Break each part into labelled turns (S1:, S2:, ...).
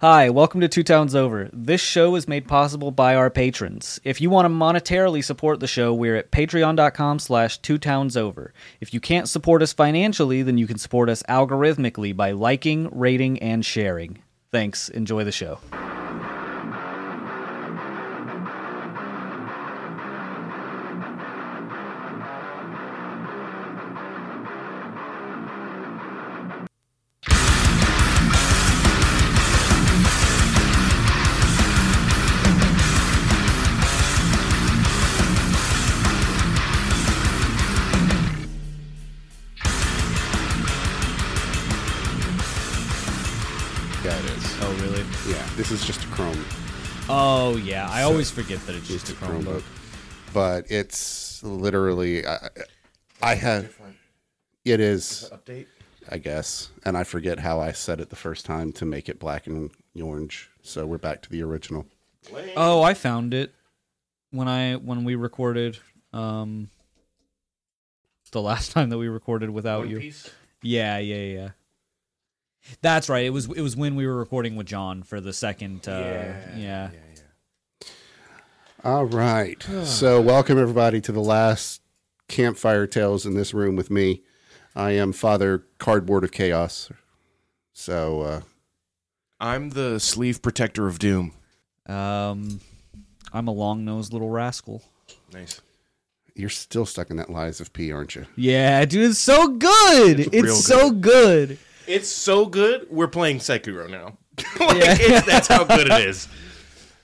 S1: Hi, welcome to Two Towns Over. This show is made possible by our patrons. If you want to monetarily support the show, we're at patreon.com slash two towns over. If you can't support us financially, then you can support us algorithmically by liking, rating, and sharing. Thanks. Enjoy the show.
S2: Yeah, it is.
S1: Oh, really?
S2: Yeah, this is just a Chrome.
S1: Oh, yeah. I always forget that it's just
S2: It's
S1: a Chromebook.
S2: But it's literally, I, I had, it is,
S3: update.
S2: I guess. And I forget how I said it the first time to make it black and orange. So we're back to the original.
S1: Oh, I found it when I when we recorded um the last time that we recorded without you. Yeah, yeah, yeah. That's right. It was it was when we were recording with John for the second. Uh, yeah,
S2: All right. so welcome everybody to the last Campfire Tales in this room with me. I am Father Cardboard of Chaos. So, uh,
S3: I'm the sleeve protector of doom.
S1: Um, I'm a long nosed little rascal.
S3: Nice.
S2: you're still stuck in that Lies of P, aren't you?
S1: Yeah, dude, it's so good. It's,
S3: real
S1: so good.
S3: It's so good. We're playing Sekiro now. like, it's, that's how good it is.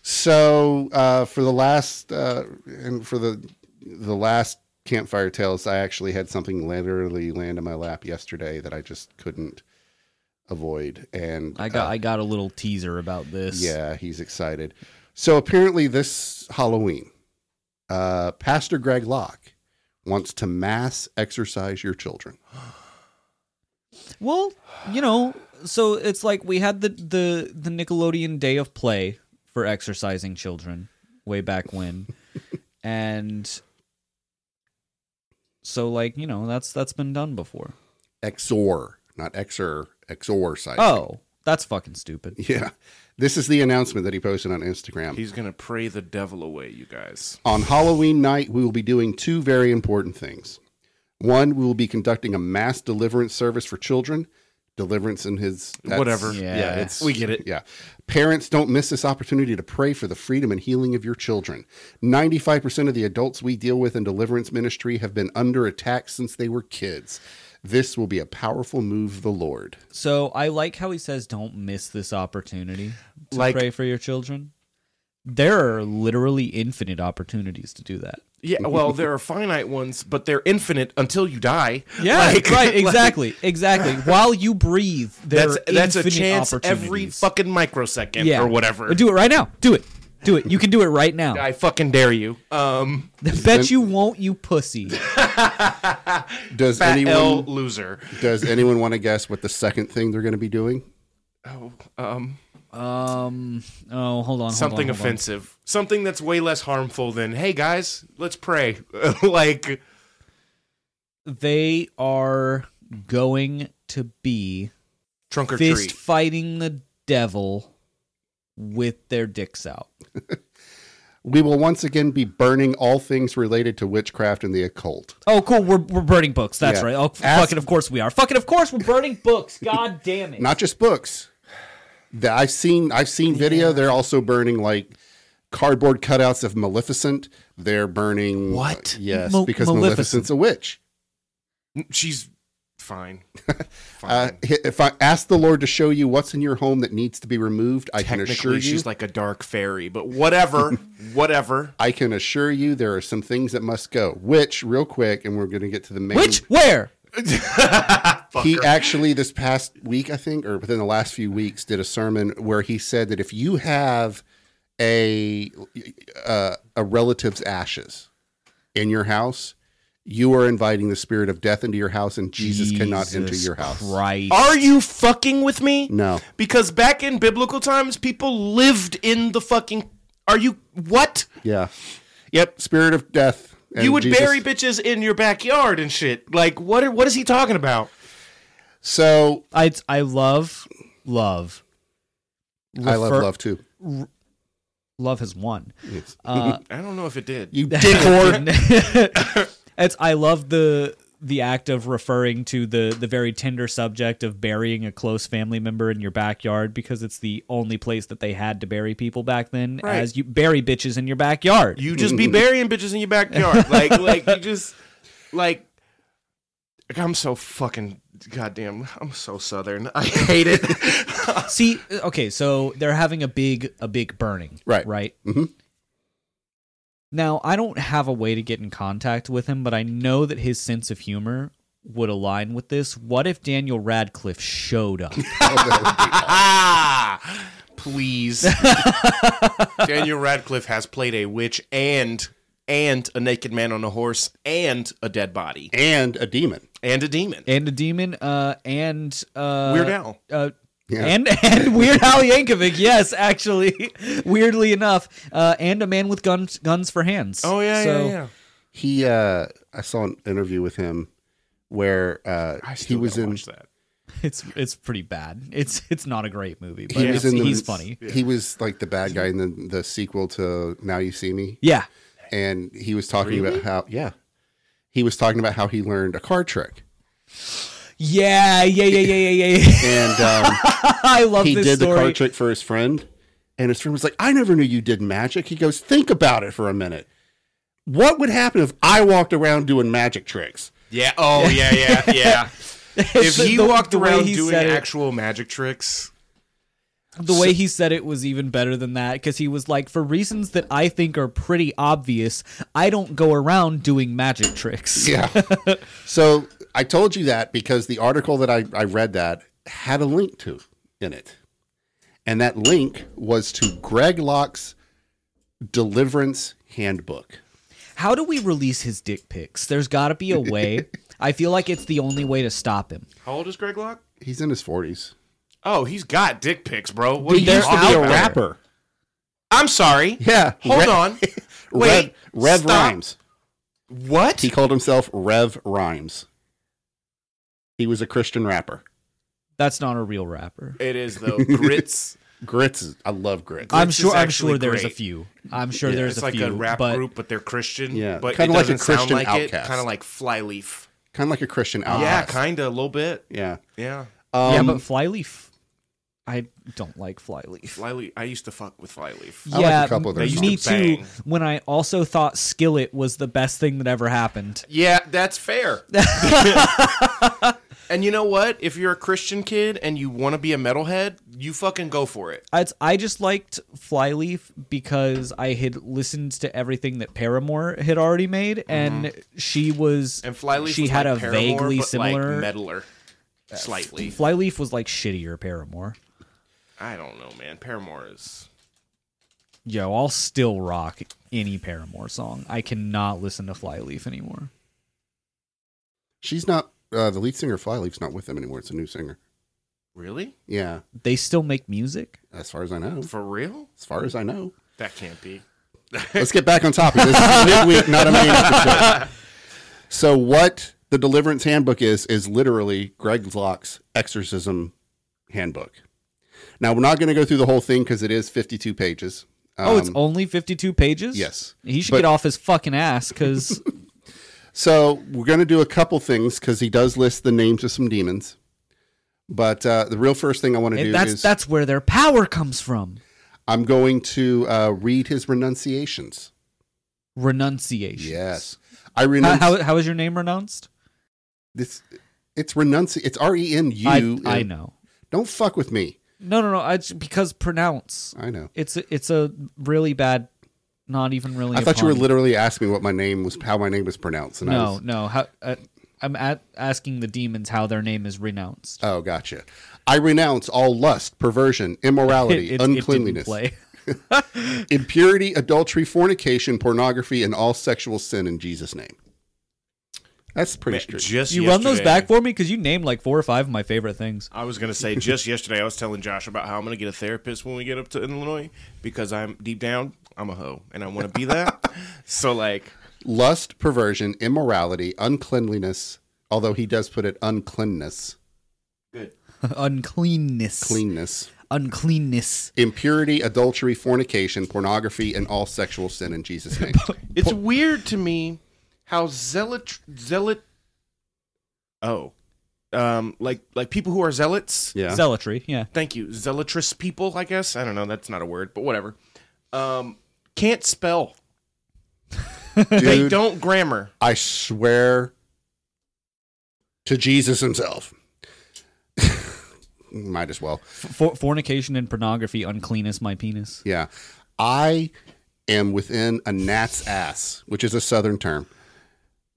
S2: So uh, for the last uh, and for the the last campfire tales, I actually had something literally land in my lap yesterday that I just couldn't avoid, and
S1: I got
S2: uh,
S1: I got a little teaser about this.
S2: yeah, he's excited. So apparently, this Halloween, uh, Pastor Greg Locke wants to mass exercise your children.
S1: Well, you know, so it's like we had the the the Nickelodeon Day of Play for exercising children way back when, and so like you know that's that's been done before.
S2: Exor, not exer, exor site.
S1: Oh, that's fucking stupid.
S2: yeah. This is the announcement that he posted on Instagram.
S3: He's gonna pray the devil away, you guys.
S2: On Halloween night, we will be doing two very important things. One, we will be conducting a mass deliverance service for children. Deliverance in his that's-
S3: Whatever.
S1: Yeah.
S2: it's
S3: We get it.
S2: Yeah. Parents don't miss this opportunity to pray for the freedom and healing of your children. 95% of the adults we deal with in deliverance ministry have been under attack since they were kids. This will be a powerful move of the Lord.
S1: So I like how he says, "Don't miss this opportunity to
S3: Like-
S1: pray for your children." There are literally infinite opportunities to do that.
S3: Yeah. Well, there are finite ones, but they're infinite until you die.
S1: Yeah,
S3: Like-
S1: right,
S3: like,
S1: exactly, exactly. While you breathe, there
S3: that's
S1: are
S3: that's a
S1: infinite
S3: chance every
S1: opportunities.
S3: fucking microsecond or whatever.
S1: Do it right now. Do it. Do it. You can do it right now. I
S3: I fucking dare you. Um,
S1: bet you won't, you pussy.
S2: Does
S3: fat
S2: anyone
S3: L loser.
S2: does anyone want to guess what the second thing they're going to be doing?
S3: Oh, um,
S1: Um. Oh, hold on.
S3: something offensive, something that's way less harmful than "Hey guys, let's pray." like,
S1: They are going to be
S3: trunk or
S1: fist
S3: treat.
S1: fighting the devil with their dicks out.
S2: We will once again be burning all things related to witchcraft and the occult.
S1: Oh, cool. We're, we're burning books. That's
S2: Yeah.
S1: right. Oh, f-
S2: Ask-
S1: fucking. Of course we are. Fucking. Of course we're burning books. God damn it.
S2: Not just books. That I've seen I've seen video. They're also burning like cardboard cutouts of Maleficent. They're burning uh,
S3: What?
S2: Yes,
S1: Mal-
S2: because
S1: Maleficent.
S2: Maleficent's a witch.
S3: She's fine. fine.
S2: Uh, hi- if I ask the Lord to show you what's in your home that needs to be removed, I can assure
S3: Technically,
S2: you.
S3: she's like a dark fairy, but whatever, whatever.
S2: I can assure you there are some things that must go. Which, real quick, and we're going to get to the main.
S1: Which? Where?
S2: He actually, this past week, I think, or within the last few weeks, did a sermon where he said that if you have a uh, a relative's ashes in your house, you are inviting the spirit of death into your house, and Jesus, cannot enter your house.
S1: Right.
S3: Are you fucking with me?
S2: No.
S3: Because back in biblical times, people lived in the fucking. Are you what?
S2: Yeah. Yep. Spirit of death. and
S3: you would
S2: Jesus-
S3: bury bitches in your backyard and shit. Like what? Are, what is he talking about?
S2: So
S1: I I love love
S2: I love
S1: refer-
S2: love too.
S1: Love has won.
S2: Yes.
S1: Uh,
S3: I don't know if it did.
S2: You dickhorn.
S1: it's I love the the act of referring to the the very tender subject of burying a close family member in your backyard because it's the only place that they had to bury people back then
S3: Right.
S1: as you bury bitches in your backyard.
S3: You just be burying bitches in your backyard. Like, like you just like. like, I'm so fucking goddamn. I'm so southern. I hate it.
S1: See, okay, so they're having a big a big burning,
S2: Right.
S1: Right.
S2: Mhm.
S1: Now I don't have a way to get in contact with him, but I know that his sense of humor would align with this. What if Daniel Radcliffe showed up?
S3: Please. Daniel Radcliffe has played a witch and and a naked man on a horse and a dead body
S2: and a demon.
S3: and a demon.
S1: and a demon, uh, and uh,
S3: Weird Al.
S1: uh,
S2: Yeah.
S1: and and Weird Al Yankovic. Yes, actually, weirdly enough, uh, and a man with guns guns for hands.
S3: Oh yeah,
S1: so,
S3: yeah, yeah.
S2: He uh I saw an interview with him where uh
S3: I
S2: he
S3: still
S2: was in
S3: watch that.
S1: It's it's pretty bad. It's it's not a great movie, but
S2: he
S1: it's,
S2: was in the,
S1: he's funny.
S2: He was like the bad guy in the, the sequel to Now You See Me.
S1: Yeah.
S2: and he was talking about how yeah he was talking about how he learned a card trick
S1: Yeah, yeah, yeah, yeah, yeah, yeah, yeah.
S2: and um,
S1: I love
S2: he
S1: this
S2: did
S1: story.
S2: the card trick for his friend and his friend was like i never knew you did magic he goes think about it for a minute what would happen if i walked around doing magic tricks
S3: Yeah. Oh yeah, yeah, yeah. if
S1: The-
S3: he
S1: the-
S3: walked
S1: the way
S3: around
S1: he
S3: doing
S1: said it-
S3: actual magic tricks,
S1: the way he said it was even better than that because he was like, for reasons that I think are pretty obvious, I don't go around doing magic tricks.
S2: yeah so i told you that because the article that I, I read that had a link to in it and that link was to greg locke's deliverance handbook
S1: How do we release his dick pics? There's got to be a way. I feel like it's the only way to stop him.
S3: how old is Greg Locke?
S2: he's in his 40s
S3: Oh, he's got dick pics, bro. What
S2: he
S3: are you
S2: used to be
S3: talking
S2: a
S3: about?
S2: rapper
S3: I'm sorry.
S2: Yeah.
S3: Hold
S2: Rev-
S3: on. Wait.
S2: Rev, Rev
S3: stop.
S2: Rhymes.
S3: What?
S2: He called himself Rev Rhymes. He was a Christian rapper.
S1: That's not a real rapper.
S3: It is though. Grits.
S2: Grits. Is, I love grits.
S1: I'm
S3: is
S1: sure. I'm
S3: actually
S1: sure there's a
S3: great.
S1: few. I'm sure
S2: Yeah,
S1: there's
S3: it's
S1: a
S3: like
S1: few.
S3: a rap
S1: but
S3: group, but they're Christian.
S2: Yeah,
S3: But
S2: kinda
S3: it
S2: like a
S3: doesn't sound
S2: Christian
S3: like
S2: outcast.
S3: it. Kind of like Flyleaf.
S2: kind of like a Christian
S3: yeah,
S2: outcast.
S3: kind of a little bit.
S2: Yeah.
S3: Yeah,
S2: Um,
S1: yeah, but Flyleaf. I don't like Flyleaf.
S3: Flyleaf. I used to fuck with Flyleaf.
S2: I like a couple of their
S1: me
S2: songs.
S1: too.
S3: They used to bang.
S1: When I also thought Skillet was the best thing that ever happened.
S3: Yeah, that's fair. and you know what? If you're a Christian kid and you want to be a metalhead, you fucking go for it.
S1: I, I just liked Flyleaf because I had listened to everything that Paramore had already
S2: Mm-hmm.
S1: made, and she was
S3: And Flyleaf.
S1: She
S3: was
S1: had
S3: like
S1: a
S3: Paramore,
S1: vaguely
S3: but
S1: similar.
S3: like metaler, slightly.
S1: Flyleaf was like shittier Paramore.
S3: I don't know, man. Paramore is.
S1: Yo, I'll still rock any Paramore song. I cannot listen to Flyleaf anymore.
S2: She's not, uh, the lead singer of Flyleaf's not with them anymore. It's a new singer.
S3: Really?
S2: Yeah.
S1: They still make music.
S2: As far as I know.
S3: For real?
S2: As far as I know.
S3: That can't be.
S2: Let's get back on topic. This is midweek, not a main episode. So, what the Deliverance Handbook is, is literally Greg Locke's exorcism handbook. Now, we're not going to go through the whole thing because it is 52 pages.
S1: oh, it's
S2: Um,
S1: only 52 pages?
S2: yes.
S1: He should
S2: But-
S1: get off his fucking ass because
S2: So we're going to do a couple things because he does list the names of some demons. But uh, the real first thing I want to do
S1: that's,
S2: is
S1: that's where their power comes from.
S2: I'm going to uh, read his renunciations.
S1: Renunciation.
S2: Yes, I
S1: How,
S2: renounce
S1: how, how is your name renounced?
S2: this. It's renunci. It's R E N U.
S1: I, I know.
S2: Don't fuck with me.
S1: No, no, no. I, just- because pronounce.
S2: I know.
S1: It's a, it's a really bad, not even really.
S2: I
S1: a
S2: thought you were
S1: pun.
S2: literally asking me what my name was, how my name was pronounced. And I
S1: No,
S2: was,
S1: no. How, uh, I'm at asking the demons how their name is renounced.
S2: oh, gotcha. I renounce all lust, perversion, immorality,
S1: It- it- it didn't
S2: uncleanliness,
S1: play.
S2: impurity, adultery, fornication, pornography, and all sexual sin in Jesus' name. That's pretty strict.
S3: Just
S1: You run those
S3: yesterday-
S1: back for me because you named like four or five of my favorite things.
S3: I was gonna say just yesterday I was telling Josh about how I'm gonna get a therapist when we get up to Illinois because I'm deep down I'm a hoe and I want to be that. so like
S2: lust, perversion, immorality, uncleanliness. Although he does put it uncleanness,
S3: good.
S1: Uncleanness.
S2: cleanness.
S1: uncleanness.
S2: impurity, adultery, fornication, pornography, and all sexual sin in Jesus' name.
S3: It's weird to me how zealot zealot oh um like like people who are zealots.
S2: Yeah.
S1: Zealotry, yeah.
S3: Thank you. Zealotrous people, I guess. I don't know, that's not a word, but whatever. Um can't spell. They
S2: Dude,
S3: don't grammar.
S2: I swear to Jesus himself. Might as well.
S1: For- fornication and pornography, uncleanness, my penis.
S2: Yeah. I am within a gnat's ass, which is a southern term,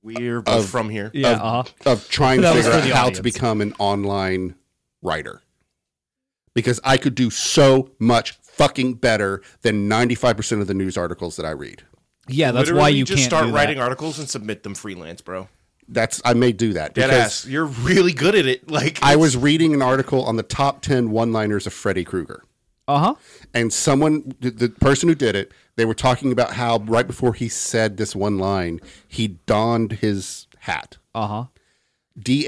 S3: We're both
S2: Of-
S3: from here.
S1: Yeah,
S2: Of-
S1: uh-huh.
S2: of trying to
S1: That was
S2: figure
S1: for
S2: out
S1: the
S2: how
S1: audience.
S2: to become an online writer. Because I could do so much fucking better than 95% of the news articles that I read.
S1: yeah. That's
S3: Literally
S1: why you
S3: just
S1: can't
S3: start
S1: do that.
S3: writing articles and submit them freelance, bro.
S2: That's I may do that
S3: Dead
S2: because
S3: ass. You're really good at it. Like
S2: I was reading an article on the top 10 one-liners of Freddy Krueger.
S1: Uh huh.
S2: and someone the- the person who did it they were talking about how right before he said this one line he donned his hat
S1: Uh huh.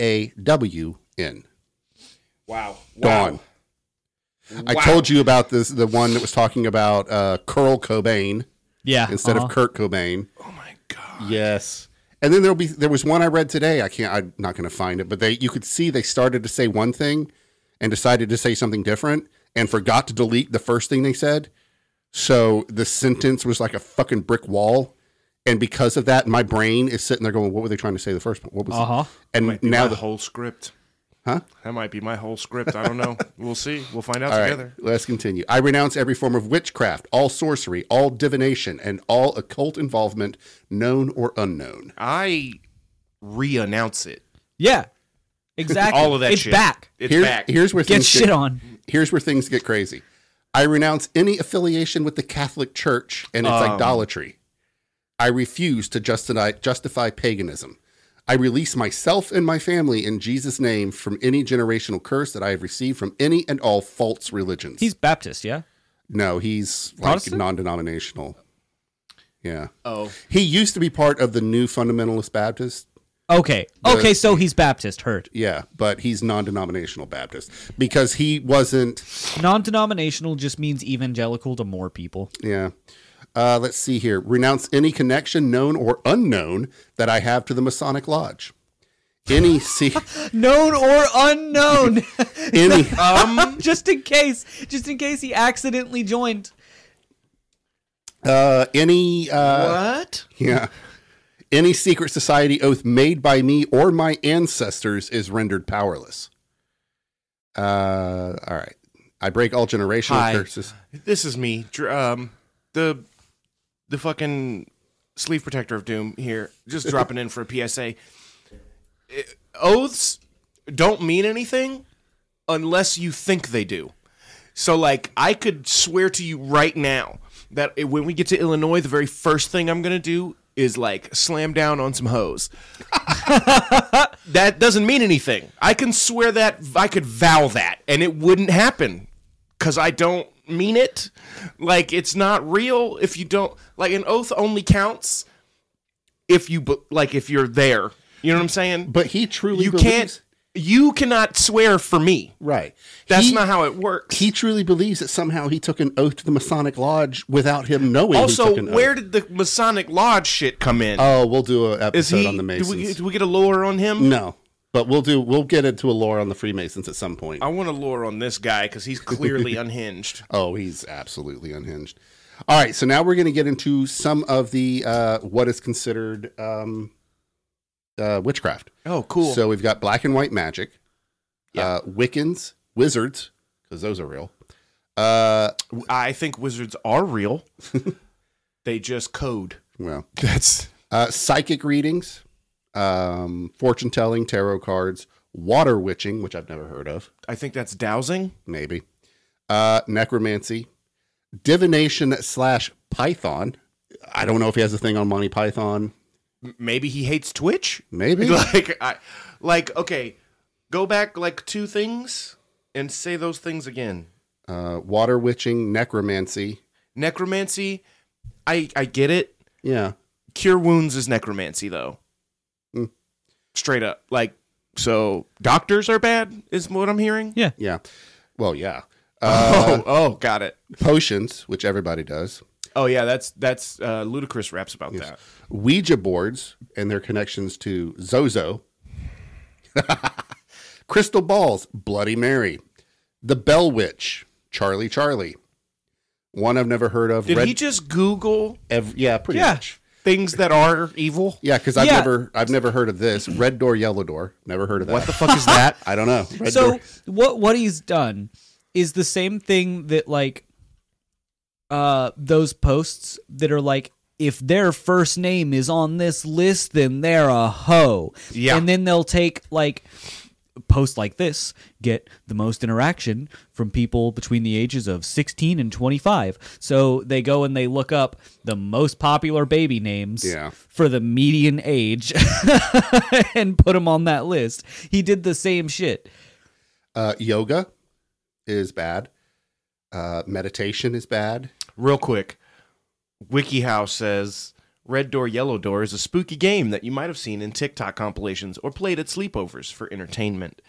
S2: d-a-w-n
S3: wow.
S2: dawn
S3: Wow.
S2: i
S3: Wow.
S2: told you about this the one that was talking about uh, curl cobain
S1: Yeah.
S2: instead
S1: uh-huh.
S2: of kurt cobain
S3: Oh my god.
S2: yes and then there'll be there was one i read today i can't i'm not going to find it but they you could see they started to say one thing and decided to say something different and forgot to delete the first thing they said. So the sentence was like a fucking brick wall. And because of that, my brain is sitting there going, "What were they trying to say the first? What was?" it?"
S1: Uh-huh.
S2: And
S3: Might be
S2: now
S3: my
S2: the
S3: whole script.
S2: Huh?
S3: That might be my whole script. I don't know. we'll see. We'll find out
S2: all right,
S3: together.
S2: let's continue. I renounce every form of witchcraft, all sorcery, all divination, and all occult involvement, known or unknown.
S3: I re-announce it.
S1: yeah. Exactly.
S3: All of that
S1: It's
S3: shit.
S1: back.
S3: It's
S2: Here-
S3: back.
S2: Here's where
S1: Get
S2: things
S1: shit on.
S2: Here's where things get crazy. I renounce any affiliation with the Catholic Church and its
S3: Um.
S2: idolatry. I refuse to justify, justify paganism. I release myself and my family in Jesus' name from any generational curse that I have received from any and all false religions.
S1: He's Baptist, yeah.
S2: no, he's like
S1: Protestant?
S2: non denominational. Yeah.
S3: oh.
S2: He used to be part of the new fundamentalist Baptist.
S1: Okay. Okay. So he's Baptist. Heard.
S2: Yeah, but he's non denominational Baptist because he wasn't
S1: Non-denominational just means evangelical to more people.
S2: Yeah. Uh, let's see here. Renounce any connection, known or unknown, that I have to the Masonic Lodge. Any see
S1: Known or unknown.
S2: any
S1: just in case. Just in case he accidentally joined.
S2: uh, any uh,
S3: What?
S2: yeah any secret society oath made by me or my ancestors is rendered powerless. Uh, all right. I break all generational
S3: Hi.
S2: curses.
S3: This is me. Dr- Um, the the fucking sleeve protector of doom here. Just dropping in for a PSA. I- Oaths don't mean anything unless you think they do. So, like, I could swear to you right now that i- when we get to Illinois, the very first thing I'm gonna do is like slam down on some hoes. that doesn't mean anything. I can swear that I could vow that, and it wouldn't happen because I don't mean it. Like it's not real if you don't. Like an oath only counts if you be- like if you're there. You know what I'm saying?
S2: But he truly
S3: you
S2: believes-
S3: can't. You cannot swear for me.
S2: right.
S3: That's
S2: He-
S3: not how it works.
S2: he truly believes that somehow he took an oath to the Masonic Lodge without him knowing. he
S3: also,
S2: took an oath.
S3: where did the Masonic Lodge shit come in?
S2: Oh, we'll do an
S3: Is
S2: episode
S3: he?
S2: on the
S3: do,
S2: Masons.
S3: we, do we get a lore on him?
S2: No, but we'll do. We'll get into a lore on the Freemasons at some point.
S3: I want a lore on this guy because he's clearly unhinged.
S2: Oh, he's absolutely unhinged. All right, so now we're going to get into some of the uh, what is considered um, uh, witchcraft.
S3: Oh, cool.
S2: So we've got black and white magic,
S3: Yeah.
S2: uh, Wiccans, wizards, because those are real. Uh,
S3: I think wizards are real. they just code.
S2: well,
S3: That's
S2: uh, psychic readings, um, fortune telling, tarot cards, water witching, which I've never heard of.
S3: I think that's dowsing.
S2: maybe. Uh, necromancy, divination slash Python. I don't know if he has a thing on Monty Python.
S3: M- Maybe he hates Twitch.
S2: Maybe.
S3: Like I like okay, go back like two things and say those things again.
S2: Uh, water witching, necromancy.
S3: Necromancy, I I get it.
S2: Yeah.
S3: Cure wounds is necromancy though.
S2: Mm.
S3: Straight up. Like so doctors are bad is what I'm hearing.
S2: Yeah. Well, yeah.
S3: oh, oh, got it.
S2: potions, which everybody does,
S3: Oh yeah, that's that's uh, ludicrous raps about that.
S2: Ouija boards and their connections to Zozo, crystal balls, Bloody Mary, the Bell Witch, Charlie Charlie, one I've never heard of.
S3: Did he just Google
S2: ev- yeah, pretty
S3: yeah
S2: much.
S3: things that are evil?
S2: Yeah, because I've
S1: Yeah.
S2: never I've never heard of this. Red door, yellow door. Never heard of that.
S3: What the fuck is that?
S2: I don't know. Red
S1: so
S2: door.
S1: what what he's done is the same thing that like uh those posts that are like if their first name is on this list then they're a hoe
S3: Yeah.
S1: and then they'll take like posts like this get the most interaction from people between the ages of 16 and 25 so they go and they look up the most popular baby names
S2: Yeah.
S1: for the median age and put him on that list he did the same shit
S2: Uh, yoga is bad. Uh, meditation is bad.
S3: Real quick, WikiHow says Red Door Yellow Door is a spooky game that you might have seen in TikTok compilations or played at sleepovers for entertainment.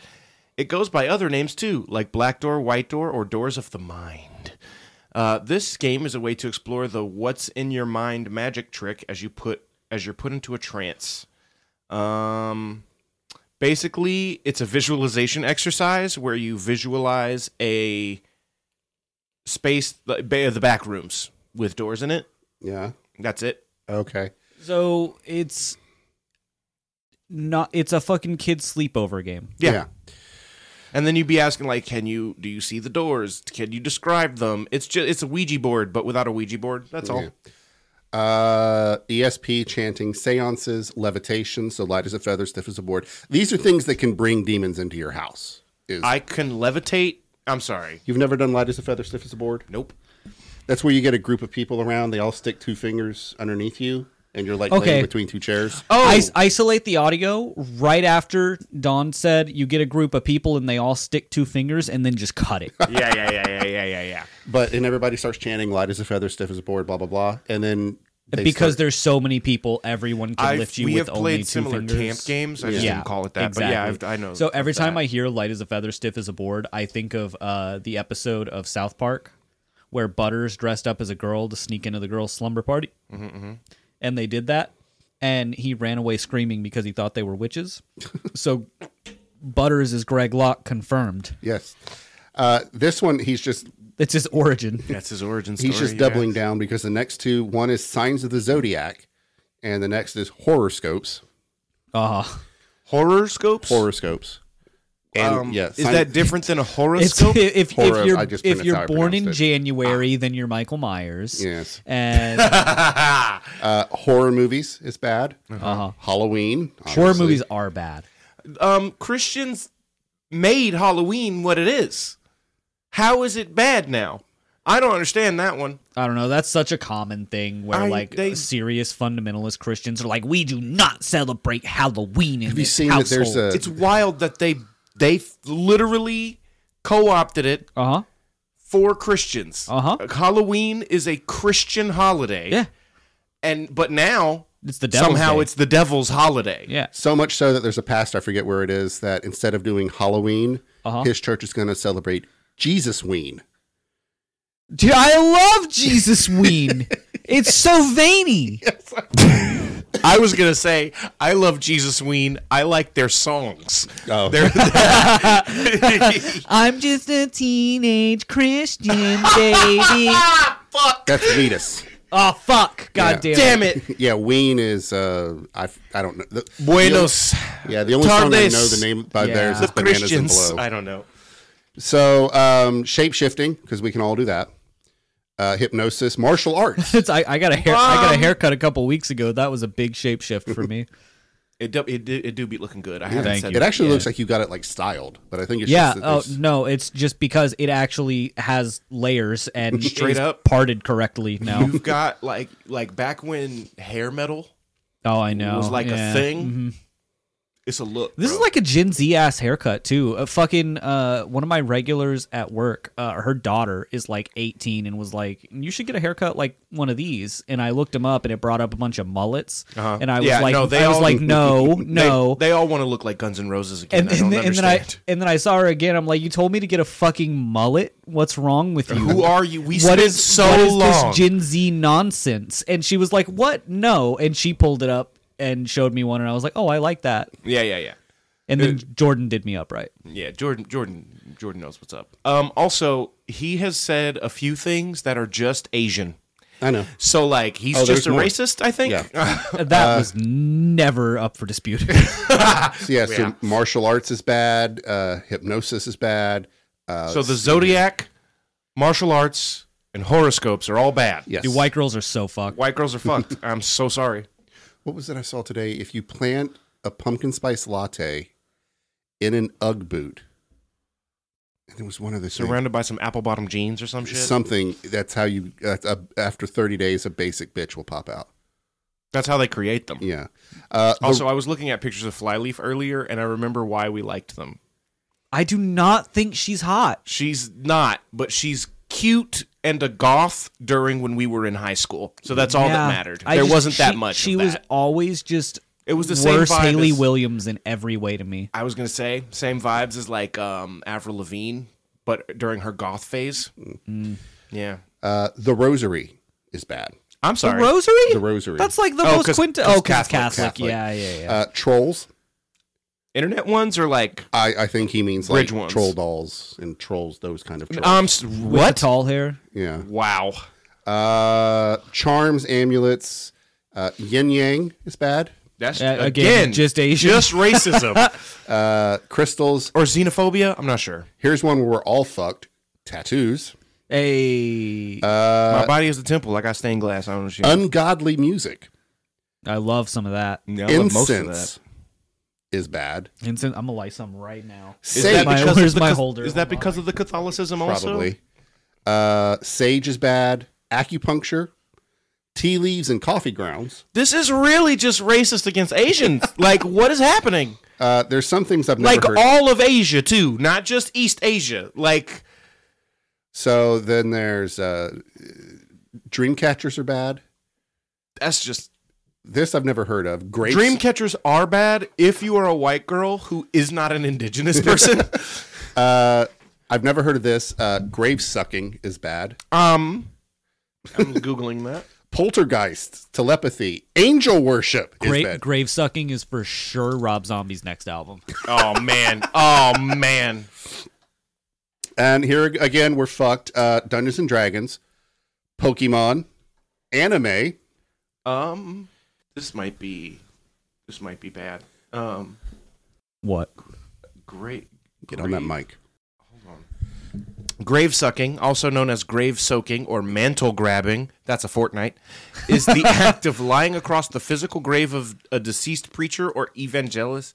S3: It goes by other names too, like Black Door, White Door, or Doors of the Mind. Uh, this game is a way to explore the "What's in Your Mind" magic trick as you put as you're put into a trance. Um, basically, it's a visualization exercise where you visualize a space, the bay of the back rooms with doors in it.
S2: Yeah.
S3: That's it.
S2: Okay.
S1: So it's not it's a fucking kid sleepover game.
S3: Yeah. And then you'd be asking like, can you do you see the doors? Can you describe them? It's just it's a Ouija board, but without a Ouija board. That's all.
S2: Yeah. Uh, ESP chanting, seances, levitation, so light as a feather, stiff as a board. These are things that can bring demons into your house. Is
S3: I can levitate. I'm sorry.
S2: you've never done light as a feather, stiff as a board?
S3: Nope.
S2: That's where you get a group of people around. They all stick two fingers underneath you, and you're like
S1: Okay.
S2: laying between two chairs.
S1: Oh, I- isolate the audio right after Don said you get a group of people and they all stick two fingers and then just cut it.
S3: Yeah, yeah, yeah, yeah, yeah, yeah, yeah.
S2: But and everybody starts chanting, light as a feather, stiff as a board, blah blah blah, and then they
S1: because
S2: start-
S1: there's so many people, everyone can
S3: I've,
S1: lift you
S3: we
S1: with
S3: have
S1: only
S3: played
S1: two
S3: similar
S1: fingers.
S3: camp games. I just
S1: Yeah,
S3: didn't call it that. But yeah, I've, I know.
S1: So every time I hear "light as a feather, stiff as a board," I think of uh, the episode of South Park where Butters dressed up as a girl to sneak into the girl's slumber party,
S3: Mm-hmm,
S1: and they did that, and he ran away screaming because he thought they were witches. so Butters is Greg Locke confirmed.
S2: yes, uh, this one he's just
S1: That's his origin.
S3: that's his origin story.
S2: He's just
S3: yeah.
S2: doubling down because the next two one is Signs of the Zodiac, and the next is Horoscopes.
S1: Ah,
S3: horoscopes.
S2: Horoscopes. And
S3: Um,
S2: yeah,
S3: is
S2: sign-
S3: that different than a
S1: it's
S3: horoscope?
S1: if, if
S2: Horror,
S1: you're
S2: I just
S1: if
S2: pronounced
S1: you're
S2: how I
S1: born in
S2: pronounced it.
S1: January, then you're Michael Myers.
S2: Yes.
S1: And
S2: Uh, horror movies is bad.
S1: uh-huh.
S2: Halloween.
S1: horror
S2: obviously.
S1: movies are bad.
S3: um, Christians made Halloween what it is. How is it bad now? I don't understand that one.
S1: I don't know. That's such a common thing where
S3: I-
S1: like
S3: they-
S1: serious fundamentalist Christians are like, we do not celebrate Halloween in
S2: Have you seen that there's a
S3: It's wild that they they f- literally co-opted it
S1: uh huh
S3: for Christians.
S1: Uh-huh.
S3: Halloween is a Christian holiday.
S1: Yeah.
S3: And but now
S1: it's the devil's
S3: somehow
S1: day.
S3: it's the devil's holiday.
S1: yeah
S2: so much so that there's a pastor I forget where it is that instead of doing Halloween,
S1: Uh-huh.
S2: his church is going to celebrate Jesus Ween.
S1: dude I love Jesus Ween. it's so veiny.
S3: I was gonna say I love Jesus Ween. I like their songs.
S2: Oh.
S3: They're-
S1: I'm just a teenage Christian baby.
S2: That's Vetus.
S1: oh fuck! God damn,
S3: Damn it,
S2: yeah, Ween is uh, I I don't know. The, the
S3: Buenos
S2: only- yeah, the only song I
S3: Tardes.
S2: know the name by
S1: Yeah.
S2: theirs is
S1: The
S2: Bananas
S3: Christians.
S2: and Blow.
S3: I don't know.
S2: So, um, shape shifting, because we can all do that. Uh, hypnosis, martial arts.
S1: It's, I, I got a hair, I got a
S3: Um,
S1: haircut a couple weeks ago. That was a big shape shift for me.
S3: It do, it, do, it do be looking good. I haven't
S1: Thank
S3: said
S1: you.
S2: it actually
S1: Yeah.
S2: looks like you got it like styled, but I think it's
S1: yeah.
S2: just that
S1: Oh
S2: there's-
S1: no, it's just because it actually has layers and
S3: Straight
S1: is
S3: up.
S1: parted correctly now.
S3: You've got like like back when hair metal
S1: Oh, I know.
S3: was like
S1: Yeah.
S3: a thing. It's a look.
S1: This is
S3: bro.
S1: like a Gen Z ass haircut too. A fucking uh, one of my regulars at work, uh, her daughter is like 18 and was like, "You should get a haircut like one of these." And I looked him up, and it brought up a bunch of mullets,
S3: Uh-huh.
S1: and I was
S3: Yeah,
S1: like,
S3: no, they
S1: "I was
S3: all-
S1: like, no,
S3: They-
S1: no."
S3: They, all want to look like Guns N' Roses again.
S1: and,
S3: I
S1: and,
S3: don't
S1: then, and then I
S3: understand.
S1: and then I saw her again. I'm like, "You told me to get a fucking mullet. What's wrong with you?
S3: Who are you? We
S1: what
S3: spent
S1: is
S3: so
S1: what is
S3: long.
S1: this Gen Z nonsense?" And she was like, "What? No." And she pulled it up and showed me one, and I was like, "Oh, I like that."
S3: yeah, yeah, yeah.
S1: And then Jordan did me upright.
S3: Yeah, Jordan Jordan Jordan knows what's up. Um also, he has said a few things that are just Asian.
S2: I know.
S3: So like he's
S2: Oh,
S3: just
S2: there's
S3: a
S2: more.
S3: racist, I think.
S2: Yeah.
S1: That
S3: Uh,
S1: was never up for dispute.
S2: So, yeah, so martial arts is bad. Uh, hypnosis is bad. Uh,
S3: so the zodiac, martial arts, and horoscopes are all bad.
S2: yes.
S1: Dude, white girls are so fucked.
S3: White girls are fucked. I'm so sorry.
S2: What was it I saw today? If you plant a pumpkin spice latte in an UGG boot, and there was one other thing,
S3: Surrounded by some apple bottom jeans or some shit.
S2: something that's how you that's a, after thirty days a basic bitch will pop out.
S3: That's how they create them.
S2: Yeah. Uh, the-
S3: Also, I was looking at pictures of Flyleaf earlier and I remember why we liked them.
S1: I do not think she's hot.
S3: She's not, but she's cute and a goth during when we were in high school. So that's all that
S1: Yeah.
S3: mattered.
S1: I
S3: there
S1: just-
S3: wasn't that
S1: she-
S3: much.
S1: She
S3: of
S1: was
S3: that.
S1: always just
S3: It was the same
S1: worse
S3: vibe
S1: Haley
S3: as-
S1: Williams in every way to me.
S3: I was gonna say same vibes as like um Avril Lavigne, but during her goth phase.
S1: Mm.
S3: Yeah,
S2: uh, the rosary is bad.
S3: I'm sorry.
S1: The rosary?
S2: The rosary.
S1: That's like the
S3: Oh,
S1: most
S3: 'cause-
S1: quintessential.
S3: 'cause
S1: Oh, 'cause
S3: Catholic,
S1: Catholic.
S2: Catholic.
S1: Yeah, yeah, yeah.
S2: uh, trolls.
S3: Internet ones are like
S2: I, I think he means
S3: Bridge
S2: like
S3: ones.
S2: troll dolls and trolls, those kind of trolls.
S3: um s-
S1: With the
S3: what?
S1: tall hair.
S2: yeah.
S3: Wow.
S2: Uh, charms, amulets, uh, yin yang is bad.
S3: That's
S1: Uh, again,
S3: again
S1: just Asian.
S3: just racism
S2: Uh, crystals.
S3: or xenophobia. I'm not sure.
S2: Here's one where we're all fucked. Tattoos.
S1: Hey,
S2: Uh,
S3: My body is a temple. I got stained glass. I don't know. Shit.
S2: Ungodly music.
S1: I love some of that.
S3: No, I love
S2: Incense
S3: most of that.
S2: is bad.
S1: Incense. I'm gonna light some right now.
S3: Is
S2: Sage,
S3: that
S1: My-
S3: because of
S1: where's
S3: the
S1: my
S3: cath-
S1: holder?
S3: Is
S1: Hold
S3: that
S1: on.
S3: because of the Catholicism also?
S2: probably. Uh, sage is bad. Acupuncture. Tea leaves and coffee grounds.
S3: This is really just racist against Asians. like, what is happening?
S2: Uh, there's some things I've never
S3: like
S2: heard.
S3: all of Asia too, not just East Asia. Like
S2: so then there's uh, dream catchers are bad.
S3: that's just
S2: This I've never heard of. Grapes.
S3: dream catchers are bad if you are a white girl who is not an indigenous person.
S2: Uh, I've never heard of this. Uh, grave sucking is bad.
S3: um I'm googling that.
S2: Poltergeist, telepathy, angel worship is
S1: Great
S2: bad.
S1: grave sucking is for sure Rob Zombie's next album.
S3: Oh man. Oh man.
S2: And here ag- again, we're fucked. Uh, Dungeons and Dragons, Pokemon, anime.
S3: Um this might be this might be bad. Um
S1: What?
S3: great
S2: Get on that mic.
S3: Grave sucking, also known as grave soaking or mantle grabbing, that's a fortnight, is the act of lying across the physical grave of a deceased preacher or evangelist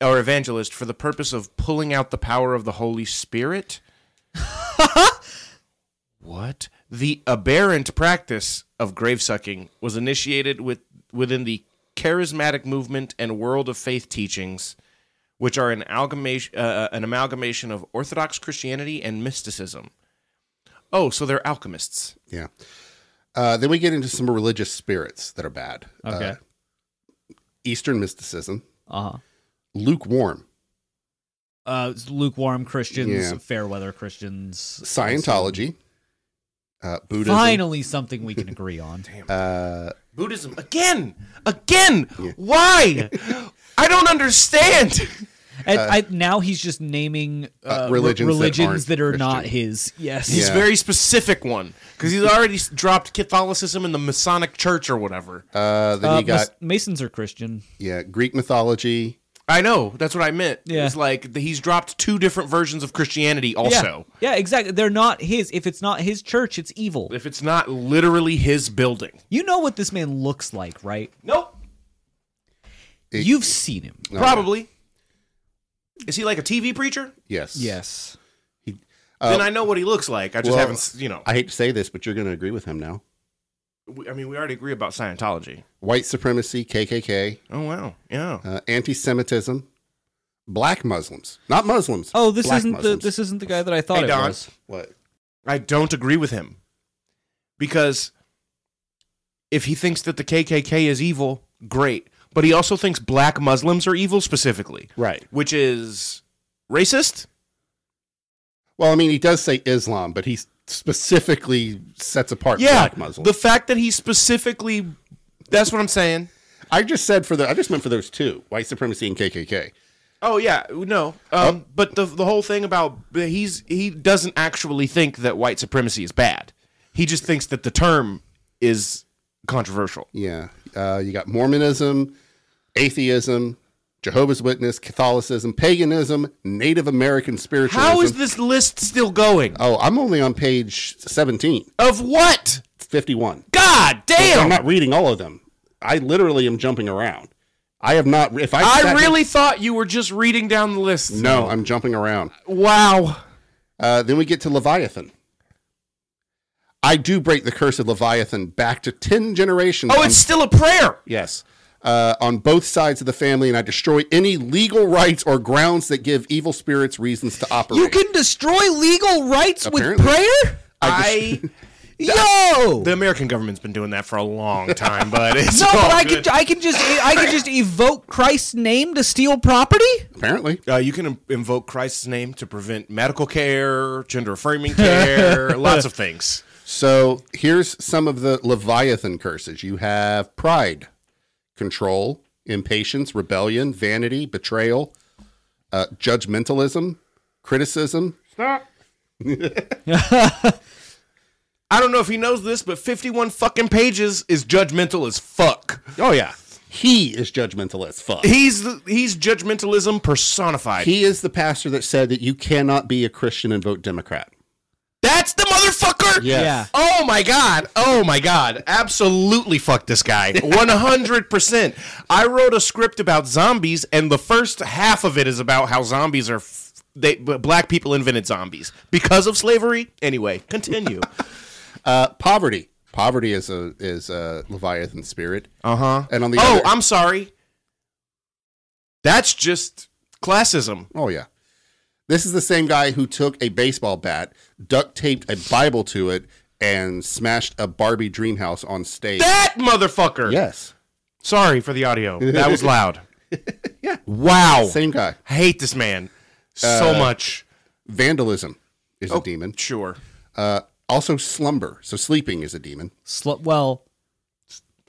S3: or evangelist for the purpose of pulling out the power of the Holy Spirit. what? The aberrant practice of grave sucking was initiated with within the charismatic movement and world of faith teachings which are an amalgamation, uh, an amalgamation of Orthodox Christianity and mysticism. Oh, so they're alchemists.
S2: Yeah. Uh, then we get into some religious spirits that are bad.
S1: Okay.
S2: Uh, Eastern mysticism,
S1: Uh huh.
S2: lukewarm,
S1: Uh, it's lukewarm Christians,
S2: Yeah.
S1: fair weather Christians,
S2: Scientology, uh, Buddhism.
S1: Finally, something we can agree on.
S2: Uh,
S3: Buddhism again, again. Why? I don't understand.
S1: And I, now he's just naming uh,
S2: Uh, religions
S1: re-
S2: that
S1: religions
S2: aren't
S1: that, are not
S2: Christian.
S1: his. Yes.
S3: He's
S2: Yeah.
S3: very specific one because he's already s- dropped Catholicism and the Masonic Church or whatever.
S2: uh, then
S1: Uh,
S2: you got
S1: Mas- Masons are Christian.
S2: yeah Greek mythology.
S3: I know that's what I meant.
S1: Yeah.
S3: It's like th- he's dropped two different versions of Christianity. Also,
S1: Yeah. yeah, exactly. They're not his. If it's not his church, it's evil.
S3: if it's not literally his building,
S1: You know what this man looks like, right?
S3: nope.
S2: It- Oh,
S1: You've seen him.
S2: no,
S3: Probably. Is he like a TV preacher?
S2: Yes.
S1: Yes.
S2: Uh,
S3: then I know what he looks like. I just
S2: well,
S3: haven't, s- you know.
S2: I hate to say this, but you're going to agree with him now.
S3: we, I mean, we already agree about Scientology.
S2: White supremacy, KKK,
S3: Oh wow, yeah.
S2: uh, anti-Semitism, black Muslims, not Muslims.
S1: Oh, this
S2: black
S1: isn't
S2: Muslims.
S1: the this isn't the guy that I thought
S3: Hey,
S1: it
S3: Don.
S1: was.
S2: What?
S3: I don't agree with him because if he thinks that the KKK is evil, great, but he also thinks black Muslims are evil specifically,
S2: Right.
S3: which is racist.
S2: Well, I mean, he does say Islam, but he specifically sets apart
S3: Yeah,
S2: black Muslims.
S3: the fact that he specifically. That's what I'm saying.
S2: I just said for the. I just meant for those two: white supremacy and KKK.
S3: Oh yeah, no. Um, But the the whole thing about he's he doesn't actually think that white supremacy is bad. He just thinks that the term is controversial.
S2: Yeah, uh, you got Mormonism, atheism, Jehovah's Witness, Catholicism, paganism, Native American spiritualism.
S3: How is this list still going?
S2: Oh, I'm only on page 17,
S3: Of what?
S2: 51.
S3: God
S2: I'm
S3: damn!
S2: not reading all of them. I literally am jumping around. I have not. If I,
S3: I
S2: sat-
S3: really thought you were just reading down the list.
S2: no, I'm jumping around.
S3: Wow.
S2: Uh, then we get to Leviathan. I do break the curse of Leviathan back to ten generations.
S3: Oh,
S2: on-
S3: it's still a prayer.
S2: yes, uh, on both sides of the family, and I destroy any legal rights or grounds that give evil spirits reasons to operate.
S1: You can destroy legal rights
S2: Apparently.
S1: with prayer?
S3: I.
S1: Yo!
S3: The American government's been doing that for a long time, but it's
S1: no,
S3: all
S1: but I
S3: Oh, good.
S1: could I could just e, I could just evoke Christ's name to steal property?
S2: Apparently,
S3: Uh, you can Im- invoke Christ's name to prevent medical care, gender affirming care, lots of things.
S2: so here's some of the Leviathan curses. You have pride, control, impatience, rebellion, vanity, betrayal, uh, judgmentalism, criticism.
S3: I don't know if he knows this, but 51 fucking pages is judgmental as fuck.
S2: Oh yeah, he is judgmental as fuck.
S3: He's the, he's judgmentalism personified.
S2: He is the pastor that said that you cannot be a Christian and vote Democrat.
S3: That's the motherfucker.
S2: Yes.
S1: Yeah.
S3: Oh my god. Oh my god. Absolutely fuck this guy. 100%. I wrote a script about zombies and the first half of it is about how zombies are f- they b- black people invented zombies because of slavery. Anyway, continue.
S2: Uh, poverty. Poverty is a is a Leviathan spirit.
S3: Uh-huh.
S2: And on the
S3: Oh,
S2: other,
S3: I'm sorry. That's just classism.
S2: oh yeah, this is the same guy who took a baseball bat, duct taped a Bible to it, and smashed a Barbie dream house on stage.
S3: That motherfucker.
S2: yes,
S3: Sorry for the audio. That was loud. yeah. Wow.
S2: same guy.
S3: I hate this man so much.
S2: Vandalism is
S3: Oh.
S2: a demon.
S3: Sure.
S2: Uh, also slumber, so sleeping is a demon.
S1: Slu- well,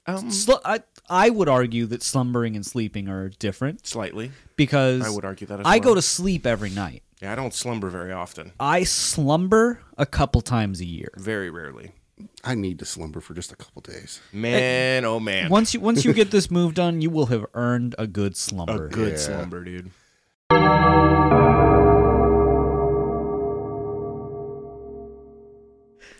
S3: Um,
S1: slu- I I would argue that slumbering and sleeping are different
S3: slightly.
S1: because
S3: I would argue that as
S1: I
S3: well.
S1: go to sleep every night.
S3: Yeah, I don't slumber very often.
S1: I slumber a couple times a year.
S3: Very rarely.
S2: I need to slumber for just a couple days.
S3: Man, oh man.
S1: Once you once you get this move done, you will have earned a good
S3: a
S1: slumber.
S3: good slumber, dude.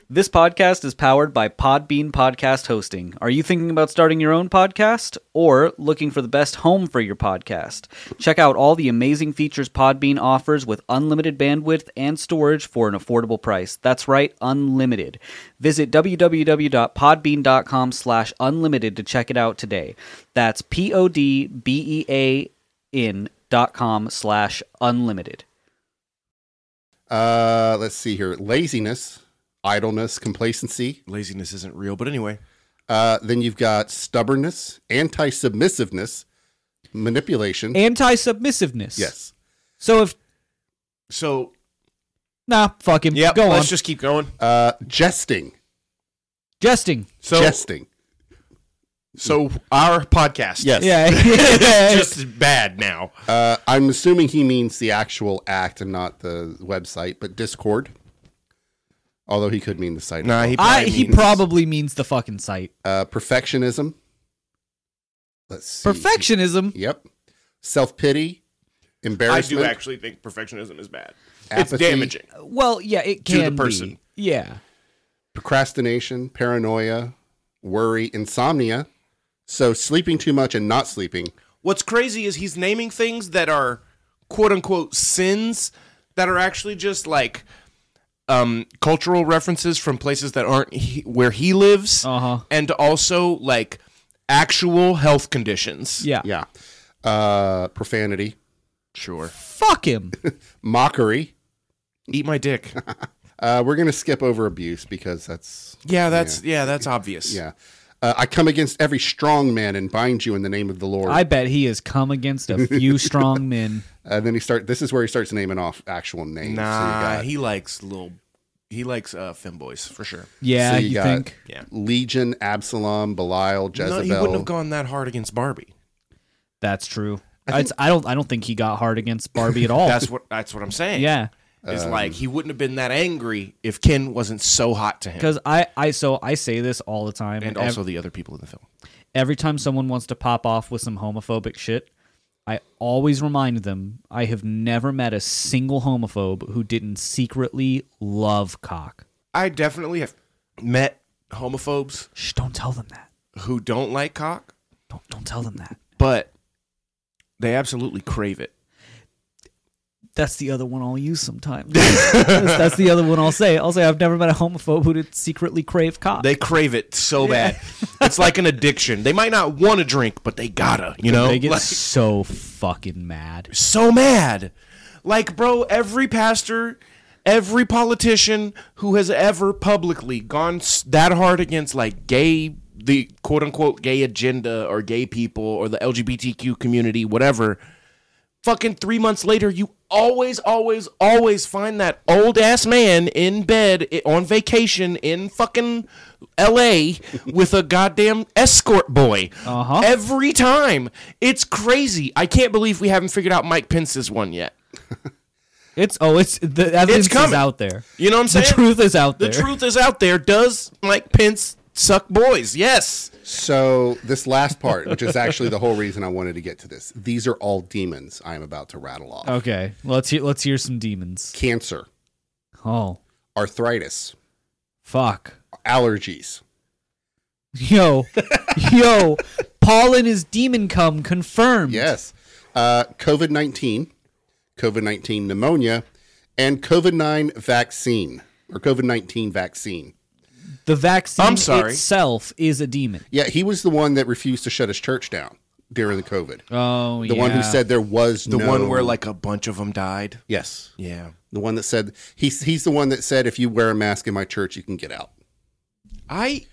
S1: This podcast is powered by Podbean Podcast Hosting. Are you thinking about starting your own podcast or looking for the best home for your podcast? Check out all the amazing features Podbean offers with unlimited bandwidth and storage for an affordable price. That's right, unlimited. Visit www.podbean.com slash unlimited to check it out today. That's P-O-D-B-E-A-N E dot com slash unlimited.
S2: Uh, let's see here: laziness, idleness, complacency.
S3: Laziness isn't real, but anyway.
S2: Uh, then you've got stubbornness, anti submissiveness, manipulation.
S1: Anti-submissiveness.
S2: yes.
S1: So if,
S3: So
S1: nah, fuck him.
S3: yeah,
S1: Go
S3: let's
S1: on.
S3: just keep going.
S2: Uh, jesting.
S1: Jesting.
S3: So
S2: jesting.
S3: so our podcast.
S2: Yes.
S1: Yeah.
S3: Just bad now.
S2: Uh, I'm assuming he means the actual act and not the website, but Discord. Although he could mean the site. as
S3: Nah,
S2: well.
S3: he
S1: I,
S3: probably
S1: he
S3: means-
S1: probably means the fucking site.
S2: uh, perfectionism. Let's see.
S1: Perfectionism.
S2: Yep. Self pity.
S3: I
S2: Embarrassment.
S3: do actually think perfectionism is bad.
S2: Apathy.
S3: It's damaging.
S1: Well, yeah, it
S3: To the
S1: can
S3: person.
S1: be. Yeah.
S2: Procrastination. Paranoia. Worry. Insomnia. So sleeping too much and not sleeping.
S3: What's crazy is he's naming things that are quote unquote sins that are actually just like um, cultural references from places that aren't he, where he lives,
S1: Uh-huh.
S3: and also like actual health conditions.
S1: Yeah.
S2: Yeah. Uh, profanity,
S3: sure.
S1: Fuck him.
S2: mockery.
S3: Eat my dick.
S2: Uh, we're going to skip over abuse because that's,
S3: Yeah, that's yeah, that's obvious.
S2: yeah. Uh, I come against every strong man and bind you in the name of the Lord.
S1: I bet he has come against a few strong men.
S2: and Uh, then he start. This is where he starts naming off actual names. So you
S3: Nah,
S2: got-
S3: he likes little. He likes uh, femboys for sure.
S1: Yeah,
S2: So you
S1: you,
S2: got-
S1: think?
S3: Yeah.
S2: Legion, Absalom, Belial,
S3: No,
S2: Jezebel.
S3: he wouldn't have gone that hard against Barbie.
S1: That's true. I, it's, I don't. I don't think he got hard against Barbie at all.
S3: That's what that's what I'm saying.
S1: yeah,
S3: It's
S2: Um,
S3: like he wouldn't have been that angry if Ken wasn't so hot to him.
S1: because I, I. So I say this all the time,
S3: And
S1: ev-
S3: also the other people in the film.
S1: every time someone wants to pop off with some homophobic shit, I always remind them I have never met a single homophobe who didn't secretly love cock.
S3: I definitely have met homophobes
S1: Shh, don't tell them that.
S3: who don't like cock,
S1: Don't don't tell them that.
S3: but they absolutely crave it.
S1: That's the other one I'll use sometimes. that's, that's the other one I'll say. I'll say I've never met a homophobe who did secretly crave cock.
S3: They crave it so bad. it's like an addiction. They might not want to drink, but they gotta, you know?
S1: They get
S3: Like-
S1: so fucking mad.
S3: so mad. Like, bro, every pastor, every politician who has ever publicly gone s- that hard against like gay, the quote unquote gay agenda or gay people or the LGBTQ community, whatever, fucking three months later, you always, always, always find that old ass man in bed i- on vacation in fucking LA with a goddamn escort boy.
S1: Uh-huh.
S3: Every time. It's crazy. I can't believe we haven't figured out Mike Pence's one yet.
S1: It's oh, it's the evidence is
S3: coming.
S1: out there.
S3: You know what I'm
S1: The
S3: saying?
S1: truth is out
S3: The
S1: there.
S3: truth is out there. Does Mike Pence suck boys? Yes.
S2: So this last part, which is actually the whole reason I wanted to get to this, these are all demons I am about to rattle off.
S3: Oh.
S1: Okay, let's hear let's hear some demons.
S2: Cancer,
S1: Oh
S2: arthritis,
S1: fuck,
S2: allergies.
S1: yo, yo, Paul and his demon come confirmed.
S2: Yes. Uh, COVID 19, COVID 19 pneumonia, and COVID 9 vaccine or COVID 19 vaccine.
S1: the vaccine
S3: I'm sorry.
S1: itself is a demon.
S2: Yeah, he was the one that refused to shut his church down during the COVID.
S1: Oh,
S2: The one who said there was
S3: The
S2: no-
S3: one where like a bunch of them died.
S2: yes,
S3: Yeah.
S2: the one that said he's he's the one that said if you wear a mask in my church you can get out.
S3: I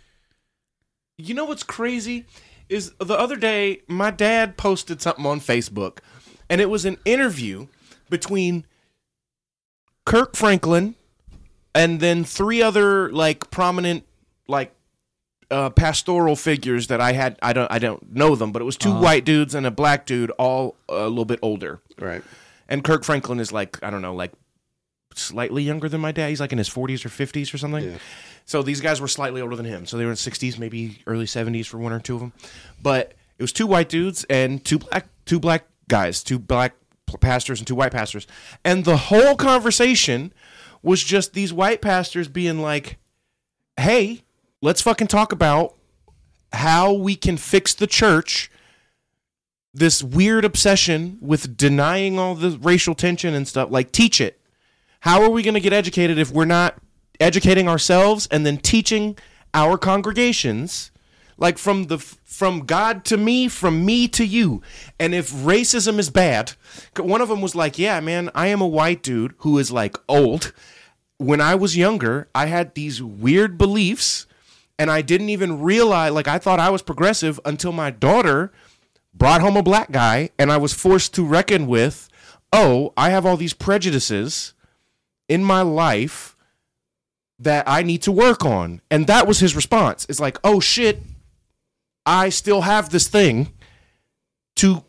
S3: You know what's crazy is the other day my dad posted something on Facebook and it was an interview between Kirk Franklin and then three other like prominent like uh, pastoral figures that I had I don't I don't know them but it was 2 white dudes and a black dude all a little bit older
S2: Right.
S3: and Kirk Franklin is like I don't know, like slightly younger than my dad. He's like in his 40s or 50s or something.
S2: Yeah.
S3: So these guys were slightly older than him. So they were in 60s, maybe early 70s for one or two of them. But it was two white dudes and two black two black guys, two black p- pastors and two white pastors. And the whole conversation was just these white pastors being like, "Hey, let's fucking talk about how we can fix the church." this weird obsession with denying all the racial tension and stuff. Like, teach it. How are we going to get educated if we're not educating ourselves and then teaching our congregations? Like from the from God to me, from me to you, and if racism is bad, 'cause one of them was like, "Yeah, man, I am a white dude who is like old. When I was younger, I had these weird beliefs, and I didn't even realize. Like, I thought I was progressive until my daughter brought home a black guy and I was forced to reckon with, oh, I have all these prejudices in my life that I need to work on. And that was his response. It's like, oh shit, I still have this thing to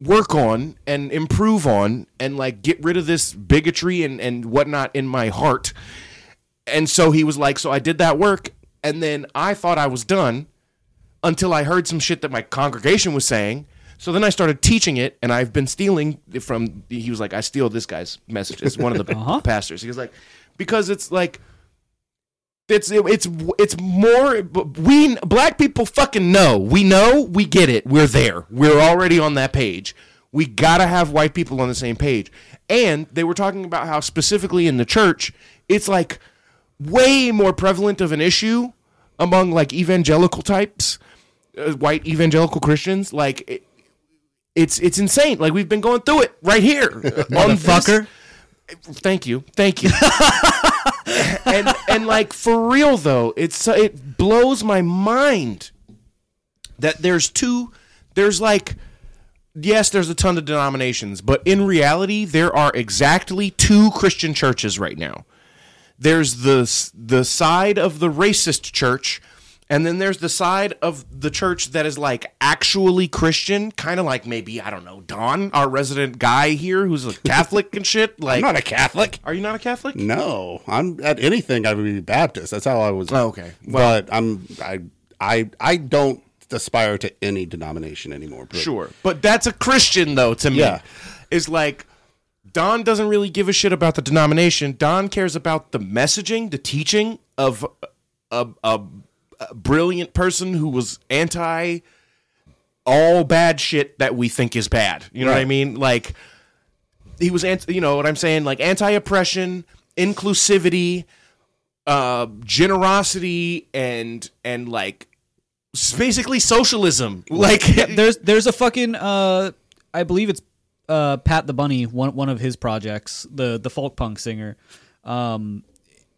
S3: work on and improve on and like get rid of this bigotry and, and whatnot in my heart. And so he was like, so I did that work and then I thought I was done until I heard some shit that my congregation was saying. So then I started teaching it, and I've been stealing from. He was like, I steal this guy's messages. One of the
S1: Uh-huh.
S3: pastors. He was like, because it's like, it's it's it's more. We black people fucking know. We know. We get it. We're there. We're already on that page. We gotta have white people on the same page. And they were talking about how specifically in the church, it's like way more prevalent of an issue among like evangelical types, uh, white evangelical Christians. Like it, it's it's insane. Like we've been going through it right here, on this-
S1: Motherfucker.
S3: Thank you, thank you. and and like for real though, it's it blows my mind that there's two there's like yes there's a ton of denominations but in reality there are exactly two christian churches right now there's the s- the side of the racist church and then there's the side of the church that is like actually christian kind of like maybe i don't know don our resident guy here who's a catholic and shit like
S2: I'm not a Catholic.
S3: are you not a catholic
S2: No, I'm at anything. I would be Baptist. That's how I was.
S3: Oh, okay.
S2: but I'm I I I don't aspire to any denomination anymore. but-
S3: Sure. But that's a Christian though to me.
S2: Yeah.
S3: Is like Don doesn't really give a shit about the denomination. Don cares about the messaging, the teaching of a, a, a brilliant person who was anti all bad shit that we think is bad. You know what I
S2: Right.
S3: mean? Like he was anti, you know what I'm saying? Like anti-oppression, inclusivity, uh generosity and and like s- basically socialism. Like
S1: there's there's a fucking uh I believe it's uh Pat the Bunny one one of his projects the the folk punk singer um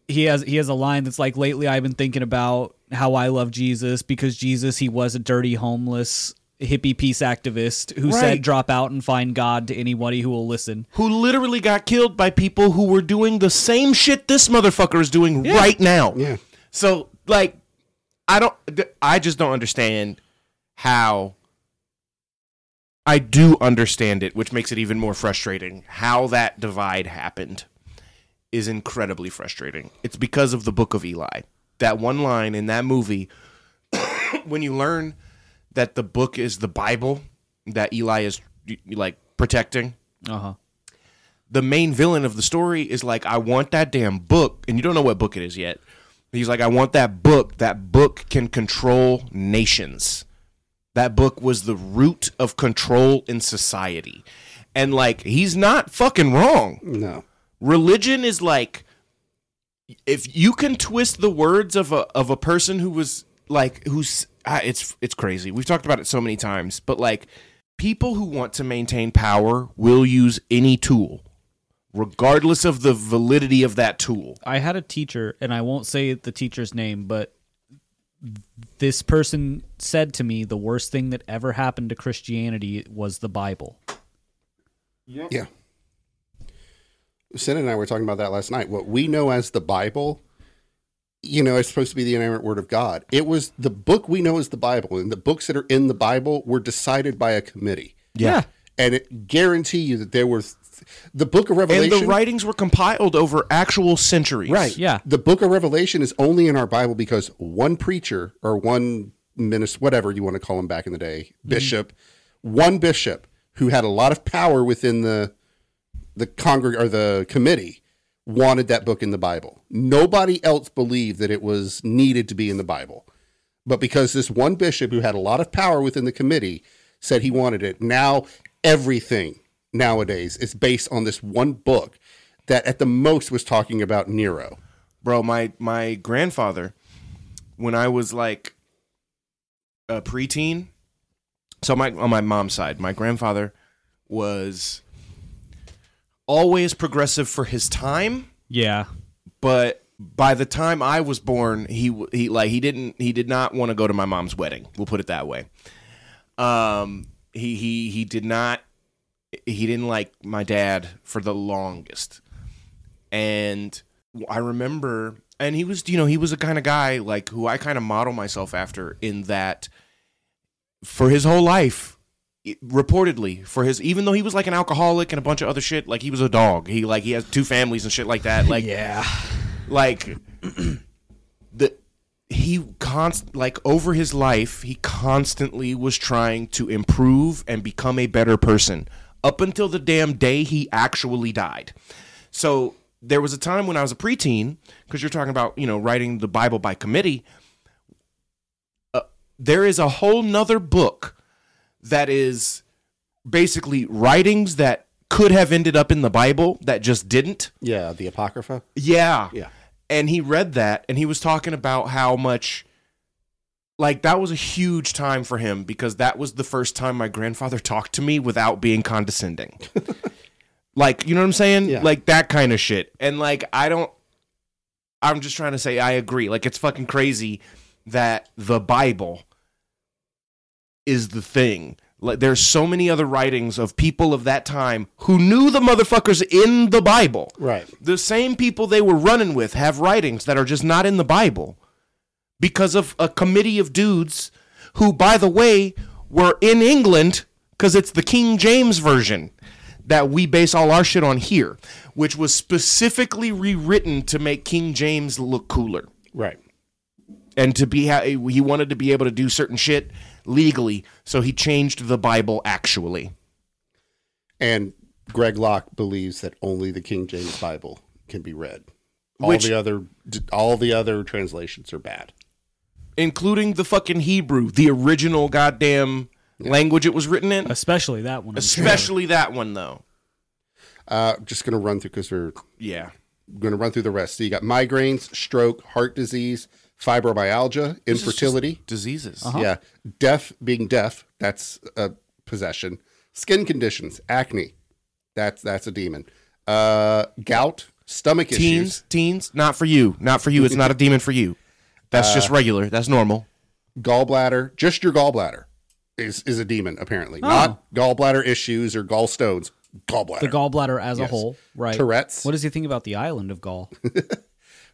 S1: he has he has a line that's like lately I've been thinking about how I love Jesus because Jesus he was a dirty homeless hippie peace activist who
S3: Right.
S1: said drop out and find God to anybody who will listen
S3: who literally got killed by people who were doing the same shit this motherfucker is doing right now.
S2: Yeah.
S3: So like, I don't. th- I just don't understand how. I do understand it, which makes it even more frustrating. How that divide happened is incredibly frustrating. It's because of the Book of Eli. That one line in that movie, when you learn that the book is the Bible that Eli is y- like protecting,
S1: uh huh
S3: the main villain of the story is like, I want that damn book, and you don't know what book it is yet. He's like, I want that book. That book can control nations. That book was the root of control in society. And like, he's not fucking wrong
S2: No.
S3: religion is like if you can twist the words of a of a person who was like who's ah, it's it's crazy. We've talked about it so many times, but like people who want to maintain power will use any tool regardless of the validity of that tool.
S1: I had a teacher, and I won't say the teacher's name, but this person said to me the worst thing that ever happened to Christianity was the Bible.
S2: Yeah. Sen and I were talking about that last night. What we know as the Bible, you know, it's supposed to be the inerrant word of God. It was the book we know as the Bible, and the books that are in the Bible were decided by a committee.
S1: Yeah.
S2: And it guarantee you that there were th- the book of
S3: And
S2: Revelation.
S3: the writings were compiled over actual centuries.
S2: Right.
S1: Yeah.
S2: The book of Revelation is only in our Bible because one preacher or one minister, whatever you want to call him back in the day, bishop, one bishop who had a lot of power within the the congreg or the committee wanted that book in the Bible. Nobody else believed that it was needed to be in the Bible. But because this one bishop who had a lot of power within the committee said he wanted it, now everything nowadays is based on this one book that at the most was talking about Nero.
S3: bro my my grandfather when i was like a preteen so my on my mom's side my grandfather was always progressive for his time
S1: Yeah.
S3: but by the time i was born he w- he like he didn't he did not want to go to my mom's wedding we'll put it that way um he he he did not he didn't like my dad for the longest and I remember, and he was, you know, he was the kind of guy like who I kind of model myself after in that for his whole life, it- reportedly for his, even though he was like an alcoholic and a bunch of other shit, like he was a dog. He like he has two families and shit like that. Like
S1: Yeah.
S3: like the he const like over his life he constantly was trying to improve and become a better person up until the damn day he actually died so there was a time when i was a preteen because you're talking about you know writing the bible by committee uh, there is a whole nother book that is basically writings that could have ended up in the Bible that just didn't.
S2: Yeah, the Apocrypha.
S3: Yeah.
S2: Yeah.
S3: And he read that and he was talking about how much like that was a huge time for him because that was the first time my grandfather talked to me without being condescending. like, you know what I'm saying?
S2: Yeah.
S3: Like that kind of shit. And like I don't I'm just trying to say I agree. Like it's fucking crazy that the Bible is the thing. Like there's so many other writings of people of that time who knew the motherfuckers in the Bible
S2: Right.
S3: the same people they were running with have writings that are just not in the Bible because of a committee of dudes who, by the way, were in England because it's the King James version that we base all our shit on here, which was specifically rewritten to make King James look cooler
S2: Right.
S3: and to be ha- he wanted to be able to do certain shit legally, so he changed the Bible actually.
S2: And Greg Locke believes that only the King James Bible can be read. All
S3: Which-
S2: the other all the other translations are bad.
S3: Including the fucking Hebrew, the original goddamn language it was written in.
S1: Especially that one. I'm sure.
S3: especially that one though.
S2: Uh, just gonna run through because we're
S3: Yeah,
S2: going to run through the rest. So you got migraines, stroke, heart disease, fibromyalgia, infertility. Oh,
S3: diseases.
S2: Yeah. Deaf, being deaf, that's a possession. Skin conditions, acne, that's that's a demon. Uh, gout, stomach
S3: Teens,
S2: issues,
S3: teens, not for you, not for you. It's not a demon for you. That's just regular. That's normal.
S2: gallbladder, just your gallbladder is is a demon apparently. Not gallbladder issues or gallstones, gallbladder.
S1: Oh. The gallbladder as a whole, right?
S2: Tourette's.
S1: What does he think about the island of Gaul?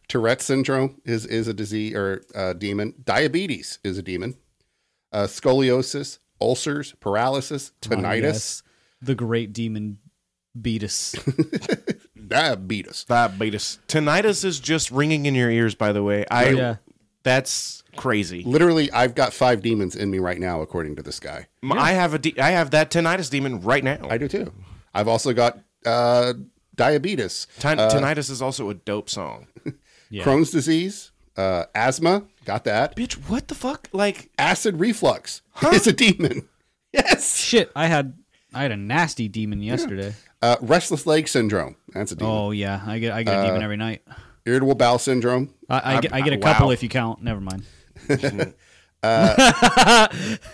S2: Tourette syndrome is is a disease or uh, demon. Diabetes is a demon. Uh, scoliosis, ulcers, paralysis,
S1: Ah,
S2: tinnitus,
S1: yes. The great demon Beatus.
S2: diabetes.
S3: Diabetes. Tinnitus is just ringing in your ears. By the way,
S2: Oh,
S3: I.
S1: Yeah.
S3: That's crazy.
S2: Literally, I've got five demons in me right now, according to this guy.
S3: M- I have a. De- I have that tinnitus demon right now.
S2: I do too. I've also got uh, diabetes,
S3: Tin- tinnitus is also a dope song.
S1: Yeah.
S2: Crohn's disease, uh, asthma. Got that.
S3: Bitch, what the fuck? Like,
S2: Acid reflux is a demon. Yes.
S1: Shit, I had I had a nasty demon yesterday.
S2: Uh, restless leg syndrome. That's a demon.
S1: Oh yeah, I get I get a demon every night.
S2: Irritable bowel syndrome.
S1: I, I, get, I get a
S3: wow.
S1: couple if you count. Never mind.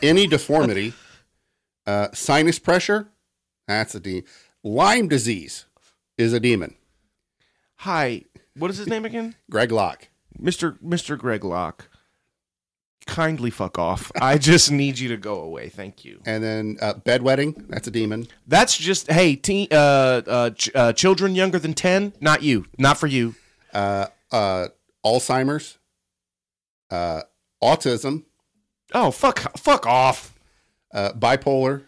S2: any deformity, uh, sinus pressure, that's a demon. Lyme disease is a demon.
S3: hi. What is his name again?
S2: Greg Locke.
S3: Mr. Mr. Greg Locke. Kindly fuck off. I just need you to go away. Thank you.
S2: And then uh, bedwetting, that's a demon.
S3: That's just hey, teen, uh, uh, ch- uh, children younger than ten, not you, not for you.
S2: Uh, uh, Alzheimer's, uh, autism,
S3: Oh fuck, fuck off.
S2: uh, bipolar,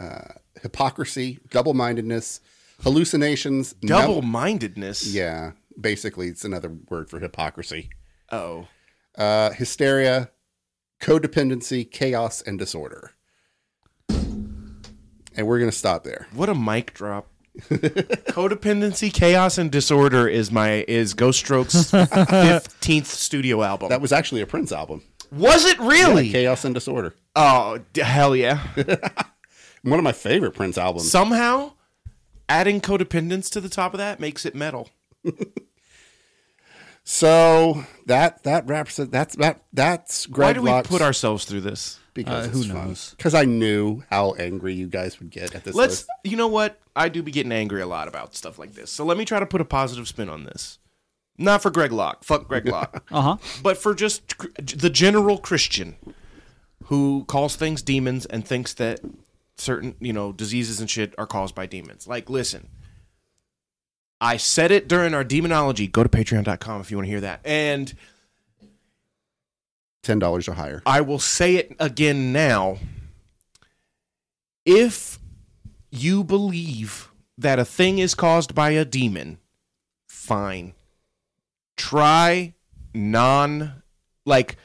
S2: uh, hypocrisy, double mindedness, hallucinations. num-
S3: Double mindedness.
S2: yeah, basically, it's another word for hypocrisy.
S3: Oh,
S2: Uh, hysteria, codependency, chaos, and disorder. And we're going to stop there.
S3: what a mic drop. Codependency, chaos, and disorder is my is Ghost Stroke's fifteenth studio album.
S2: That was actually a Prince album.
S3: was it really?
S2: Chaos and Disorder.
S3: Oh d- hell yeah!
S2: One of my favorite Prince albums.
S3: Somehow, adding codependence to the top of that makes it metal.
S2: So that that wraps it. That's that that's Greg
S3: Why do we put uh, ourselves through this?
S2: because
S1: who
S2: who knows?
S1: knows?
S2: Because I knew how angry you guys would get at this.
S3: Let's.
S2: list.
S3: You know what? I do be getting angry a lot about stuff like this. So let me try to put a positive spin on this. Not for Greg Locke. Fuck Greg Locke.
S1: Uh huh.
S3: but for just cr- the general Christian who calls things demons and thinks that certain, you know, diseases and shit are caused by demons. Like, listen. I said it during our demonology. Go to patreon.com if you want to hear that. And
S2: ten dollars or higher.
S3: I will say it again now. If you believe that a thing is caused by a demon, fine. Try non like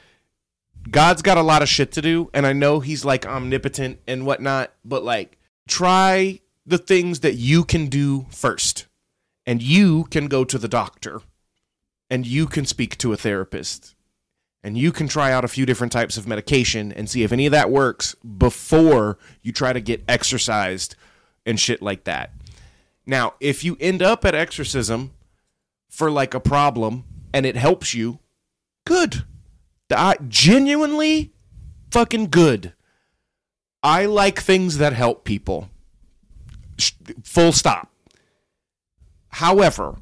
S3: God's got a lot of shit to do, and I know he's like omnipotent and whatnot, but like try the things that you can do first. And you can go to the doctor and you can speak to a therapist and you can try out a few different types of medication and see if any of that works before you try to get exercised and shit like that. Now, if you end up at exorcism for like a problem and it helps you, good. I genuinely fucking good. I like things that help people. Sh- Full stop. However,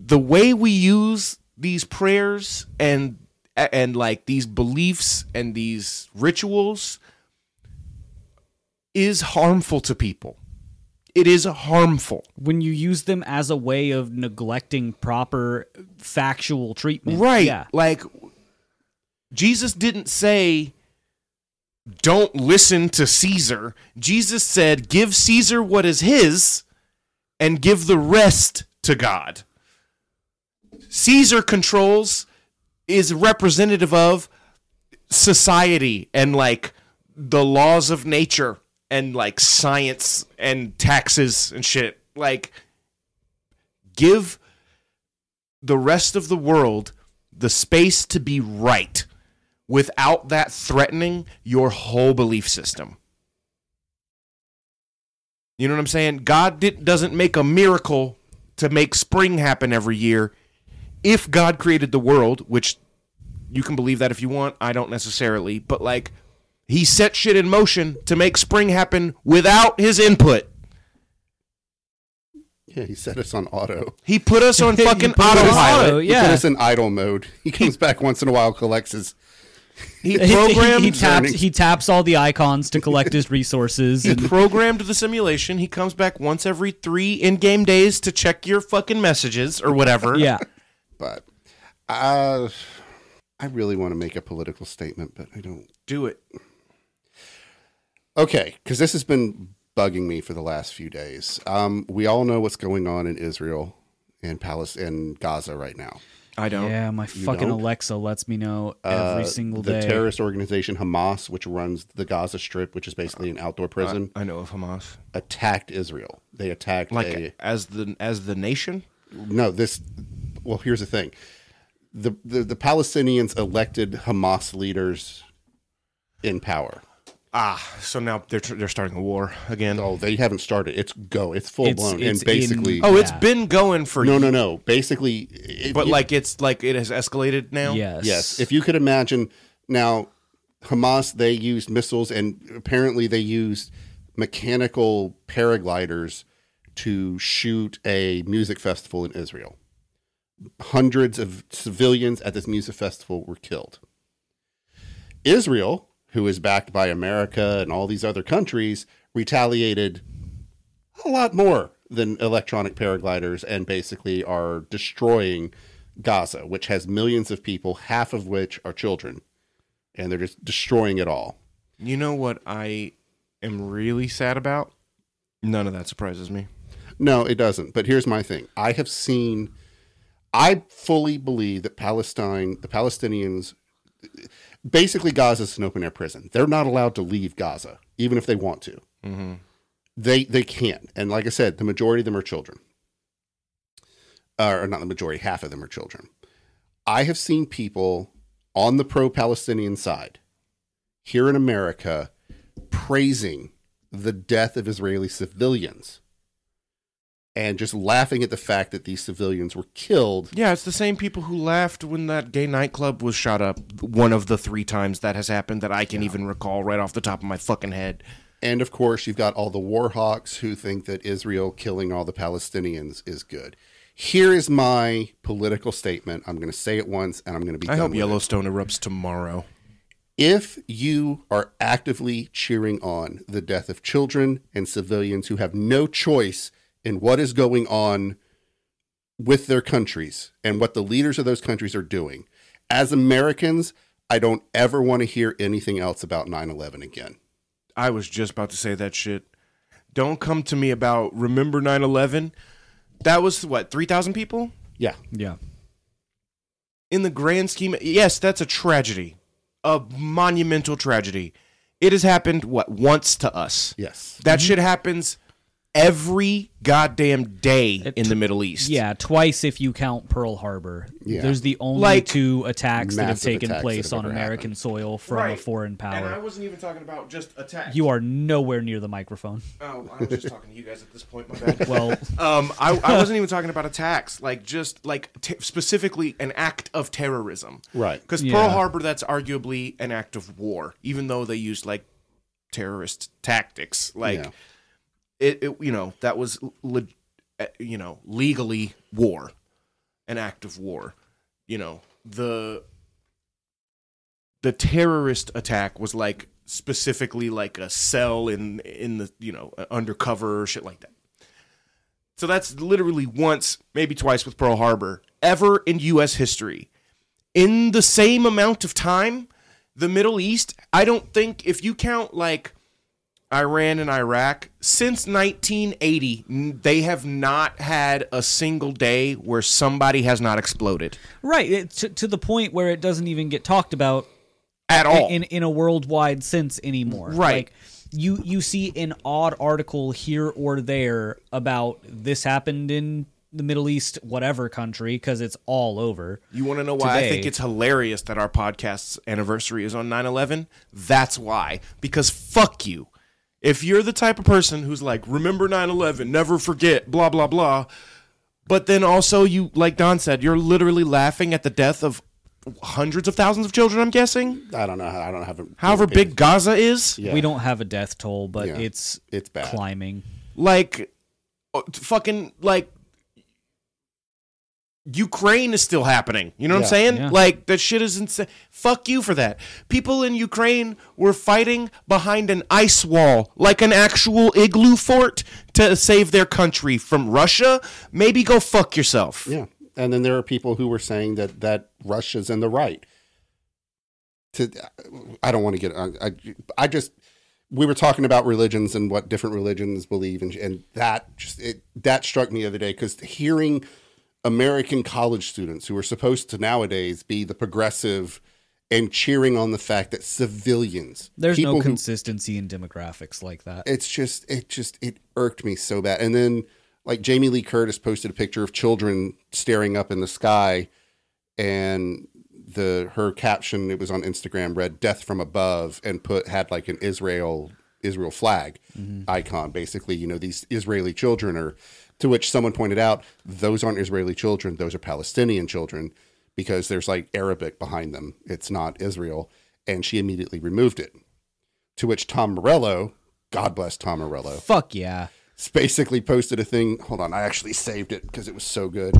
S3: the way we use these prayers and and like these beliefs and these rituals is harmful to people. It is harmful.
S1: when you use them as a way of neglecting proper factual treatment.
S3: Right.
S1: Yeah.
S3: Like Jesus didn't say don't listen to Caesar. Jesus said give Caesar what is his and give the rest to God. Caesar controls is representative of society and like the laws of nature and like science and taxes and shit. Like give the rest of the world the space to be right without that threatening your whole belief system. You know what I'm saying? God did, doesn't make a miracle to make spring happen every year. If God created the world, which you can believe that if you want, I don't necessarily, but like he set shit in motion to make spring happen without his input.
S2: Yeah, he set us on auto.
S3: He put us on
S1: He
S3: fucking
S1: put us on
S3: autopilot.
S1: auto,
S2: He put
S1: yeah.
S2: us in idle mode. He comes back once in a while, collects his.
S3: He
S1: He-
S3: programmed
S1: he, he taps
S2: learning.
S1: he taps all the icons to collect his resources
S3: He
S1: and
S3: programmed the simulation. He comes back once every three in-game days to check your fucking messages or whatever.
S1: yeah.
S2: But uh, I really want to make a political statement, but I don't.
S3: do it.
S2: Okay, because this has been bugging me for the last few days. Um, we all know what's going on in Israel and Palestine and Gaza right now.
S3: I don't.
S1: Yeah, my fucking
S2: don't?
S1: Alexa lets me know every
S2: Uh,
S1: single
S2: the
S1: day.
S2: terrorist organization Hamas, which runs the Gaza Strip, which is basically an outdoor prison,
S3: I know of Hamas.
S2: attacked Israel. They attacked
S3: Like
S2: a,
S3: as the as the nation.
S2: no this. Well, here's the thing: the the, the Palestinians elected Hamas leaders in power.
S3: Ah, so now they're tr- they're starting a war again.
S2: Oh, they haven't started. It's go. It's full
S1: It's-
S2: blown.
S1: it's
S2: and basically,
S1: in-
S3: Oh, it's
S1: Yeah.
S3: been going for.
S2: no, no, no. Basically, if
S3: But
S2: you-
S3: like it's like it has escalated now.
S1: Yes.
S2: Yes. If you could imagine now, Hamas, they used missiles and apparently they used mechanical paragliders to shoot a music festival in Israel. Hundreds of civilians at this music festival were killed. Israel, who is backed by America and all these other countries, retaliated a lot more than electronic paragliders and basically are destroying Gaza, which has millions of people, half of which are children. And they're just destroying it all.
S3: You know what I am really sad about? None of that surprises me.
S2: No, it doesn't. But here's my thing I have seen, I fully believe that Palestine, the Palestinians, basically Gaza's an open air prison. They're not allowed to leave Gaza, even if they want to.
S3: Mm-hmm.
S2: they they can and like i said the majority of them are children uh, or not the majority half of them are children i have seen people on the pro-palestinian side here in america praising the death of israeli civilians and just laughing at the fact that these civilians were killed
S3: Yeah, it's the same people who laughed when that gay nightclub was shot up. One of the three times that has happened that I can even recall right off the top of my fucking head.
S2: And of course, you've got all the war hawks who think that Israel killing all the Palestinians is good. Here is my political statement. I'm going to say it once, and I'm going to be.
S3: I
S2: done
S3: hope
S2: with it.
S3: Yellowstone erupts tomorrow.
S2: If you are actively cheering on the death of children and civilians who have no choice in what is going on with their countries and what the leaders of those countries are doing, as Americans, I don't ever want to hear anything else about 9/11 again.
S3: I was just about to say that shit. Don't come to me about remember 9 11. That was what, 3,000 people?
S2: Yeah,
S1: Yeah.
S3: in the grand scheme, yes, that's a tragedy, a monumental tragedy. It has happened what once to us.
S2: yes,
S3: That shit happens every goddamn day in the Middle East.
S1: Yeah, twice if you count Pearl Harbor.
S2: Yeah.
S1: There's the only
S3: Like,
S1: two attacks that have
S2: massive
S1: taken
S2: attacks
S1: place
S2: that have
S1: on
S2: ever
S1: American soil from a foreign
S3: And I
S1: power.
S3: wasn't even talking about just attacks.
S1: You are nowhere near the microphone.
S3: Oh, I was just talking to you guys at this point. My bad.
S1: Well,
S3: Um, I, I wasn't even talking about attacks, like just like t- specifically an act of terrorism,
S2: Right.
S3: Because
S1: Yeah.
S3: Pearl Harbor, that's arguably an act of war, even though they used like terrorist tactics. Like
S2: Yeah.
S3: it, it, you know, that was le- uh, you know legally war, an act of war. You know the the terrorist attack was like specifically like a cell in in the you know uh, undercover shit like that. So that's literally once, maybe twice with Pearl Harbor, ever in US history. In the same amount of time, the Middle East, I don't think, if you count like Iran and Iraq, since 1980, n- they have not had a single day where somebody has not exploded
S1: right it, to, to the point where it doesn't even get talked about
S3: at
S2: Oh.
S3: all.
S1: in in a worldwide sense anymore.
S3: Right.
S1: Like, you you see an odd article here or there about this happened in the Middle East, whatever country, because it's all over.
S3: you want to know why I think
S1: today-
S3: it's hilarious that our podcast's anniversary is on 9 11? That's why. Because fuck you. If you're the type of person who's like, remember 9 11, never forget, blah, blah, blah. But then also, you, like Don said, you're literally laughing at the death of hundreds of thousands of children, I'm guessing.
S2: I don't know. how I don't have. a-
S3: However big Gaza is.
S2: Yeah.
S1: We don't have a death toll, but
S2: Yeah.
S1: it's
S2: It's bad.
S1: climbing.
S3: Like, uh, fucking, like, Ukraine is still happening. You know what
S2: Yeah.
S3: I'm saying?
S1: Yeah.
S3: Like that shit is insane. Fuck you for that. People in Ukraine were fighting behind an ice wall, like an actual igloo fort, to save their country from Russia. Maybe go fuck yourself.
S2: Yeah, and then there are people who were saying that that Russia's in the right. To, I don't want to get. I, I just we were talking about religions and what different religions believe, and and that just it that struck me the other day because hearing American college students who are supposed to nowadays be the progressive and cheering on the fact that civilians
S1: There's no
S2: people who
S1: consistency in demographics like that.
S2: it's just it just it irked me so bad and then like jamie lee curtis posted a picture of children staring up in the sky and the her caption it was on instagram read death from above and put had like an israel israel flag
S1: Mm-hmm.
S2: icon basically you know these israeli children are to which someone pointed out those aren't israeli children those are palestinian children because there's like arabic behind them it's not israel and she immediately removed it to which Tom Morello, God bless Tom Morello,
S1: Fuck yeah.
S2: basically posted a thing. Hold on, I actually saved it because it was so good.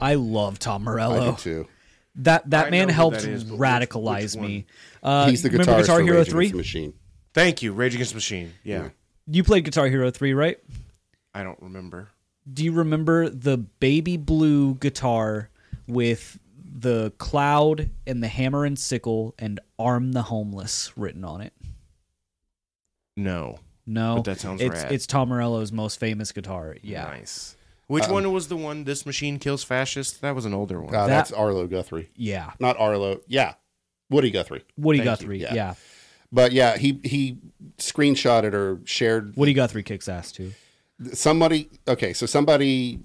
S1: I love Tom
S2: I
S1: Morello.
S2: did too.
S1: That that
S3: I
S1: man
S3: know who
S1: helped
S3: that is, but which-
S1: radicalize
S3: which one?
S1: me. Uh,
S2: He's the
S1: remember
S2: guitarist
S1: Guitar
S2: for
S1: Hero
S2: Rage Against
S1: three.
S2: the Machine.
S3: Thank you, Rage Against the Machine. yeah.
S1: You played Guitar Hero three, right?
S3: I don't remember.
S1: do you remember the baby blue guitar with the cloud and the hammer and sickle and arm the homeless written on it?
S3: No.
S1: No,
S3: But that sounds
S1: it's
S3: rad.
S1: it's Tom Morello's most famous guitar. Yeah,
S3: Nice. Which one was the one? This machine kills fascists. That was an older one.
S2: Uh,
S1: That-
S2: that's Arlo Guthrie,
S1: yeah.
S2: not Arlo. Yeah, Woody Guthrie.
S1: Woody
S3: Thank you,
S1: Guthrie.
S2: yeah.
S1: yeah,
S2: But yeah, he he screenshotted or shared
S1: Woody Guthrie kicks ass too.
S2: somebody okay so somebody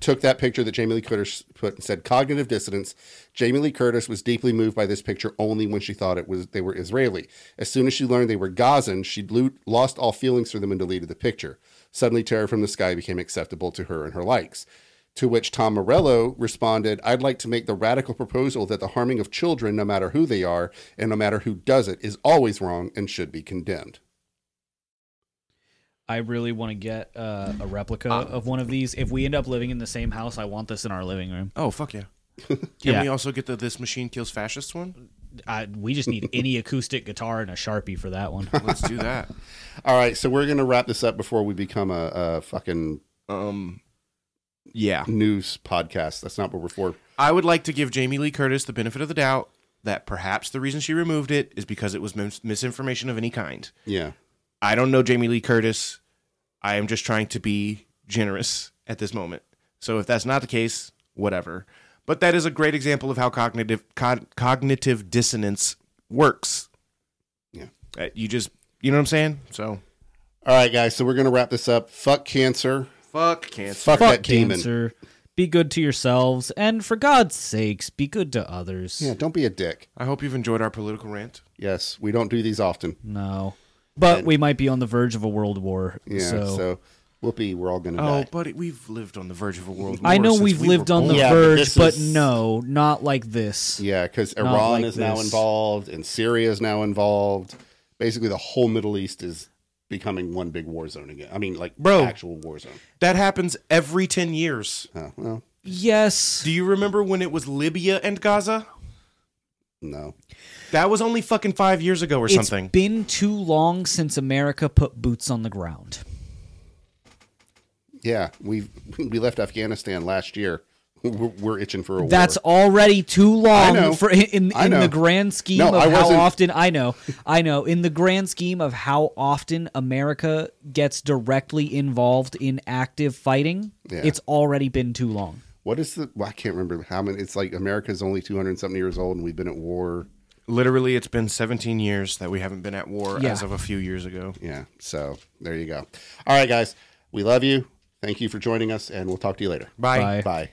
S2: took that picture that jamie lee curtis put and said cognitive dissonance jamie lee curtis was deeply moved by this picture only when she thought it was they were israeli as soon as she learned they were gazan she lo- lost all feelings for them and deleted the picture suddenly terror from the sky became acceptable to her and her likes to which Tom Morello responded, I'd like to make the radical proposal that the harming of children, no matter who they are and no matter who does it, is always wrong and should be condemned.
S1: I really want to get uh, a replica of one of these. If we end up living in the same house, I want this in our living room.
S3: Oh fuck yeah! Can
S1: Yeah.
S3: we also get the "This Machine Kills Fascists" one?
S1: I, we just need any acoustic guitar and a sharpie for that one.
S3: Let's do that.
S2: All right, so we're going to wrap this up before we become a, a fucking
S3: Um, yeah,
S2: news podcast. That's not what we're for.
S3: I would like to give Jamie Lee Curtis the benefit of the doubt that perhaps the reason she removed it is because it was mis- misinformation of any kind.
S2: Yeah.
S3: I don't know Jamie Lee Curtis. I am just trying to be generous at this moment. So if that's not the case, whatever. But that is a great example of how cognitive co- cognitive dissonance works.
S2: Yeah.
S3: Uh, you just you know what I'm saying. So
S2: All right, guys. So we're gonna wrap this up. Fuck cancer.
S3: Fuck cancer.
S2: Fuck,
S1: Fuck
S2: that demon.
S1: cancer. Be good to yourselves, and for God's sakes, be good to others.
S2: Yeah, don't be a dick.
S3: I hope you've enjoyed our political rant.
S2: Yes, we don't do these often.
S1: No, but we might be on the verge of a world war.
S2: Yeah. So,
S1: so.
S2: whoopee, we're all gonna
S3: Oh,
S2: die.
S3: buddy, we've lived on the verge of a world war.
S1: I know
S3: since
S1: we've
S3: we
S1: lived
S3: were
S1: on the
S3: born.
S2: Yeah, but
S1: verge,
S2: this
S1: but
S2: is-
S1: no, not like this.
S2: Yeah, because Iran
S1: like
S2: is now
S1: this.
S2: involved, and Syria is now involved. Basically, the whole Middle East is becoming one big war zone again. I mean, like
S3: Bro.
S2: actual war zone.
S3: That happens every 10 years.
S2: Oh, well,
S1: Yes.
S3: Do you remember when it was Libya and Gaza?
S2: no.
S3: That was only fucking five years ago or something.
S1: It's been too long since America put boots on the ground.
S2: Yeah, we we left Afghanistan last year. We're, we're itching for a war.
S1: That's already too long
S2: know.
S1: for in in,
S2: I know.
S1: the grand scheme
S2: No,
S1: of
S2: I
S1: how
S2: wasn't-
S1: often I know. I know in the grand scheme of how often America gets directly involved in active fighting,
S2: Yeah.
S1: it's already been too long.
S2: what is the? Well, I can't remember how many. It's like America's only two hundred something years old, and we've been at war.
S3: Literally, it's been 17 years that we haven't been at war
S1: Yeah.
S3: as of a few years ago.
S2: Yeah. So there you go. All right, guys. We love you. Thank you for joining us, and we'll talk to you later.
S1: Bye.
S2: Bye.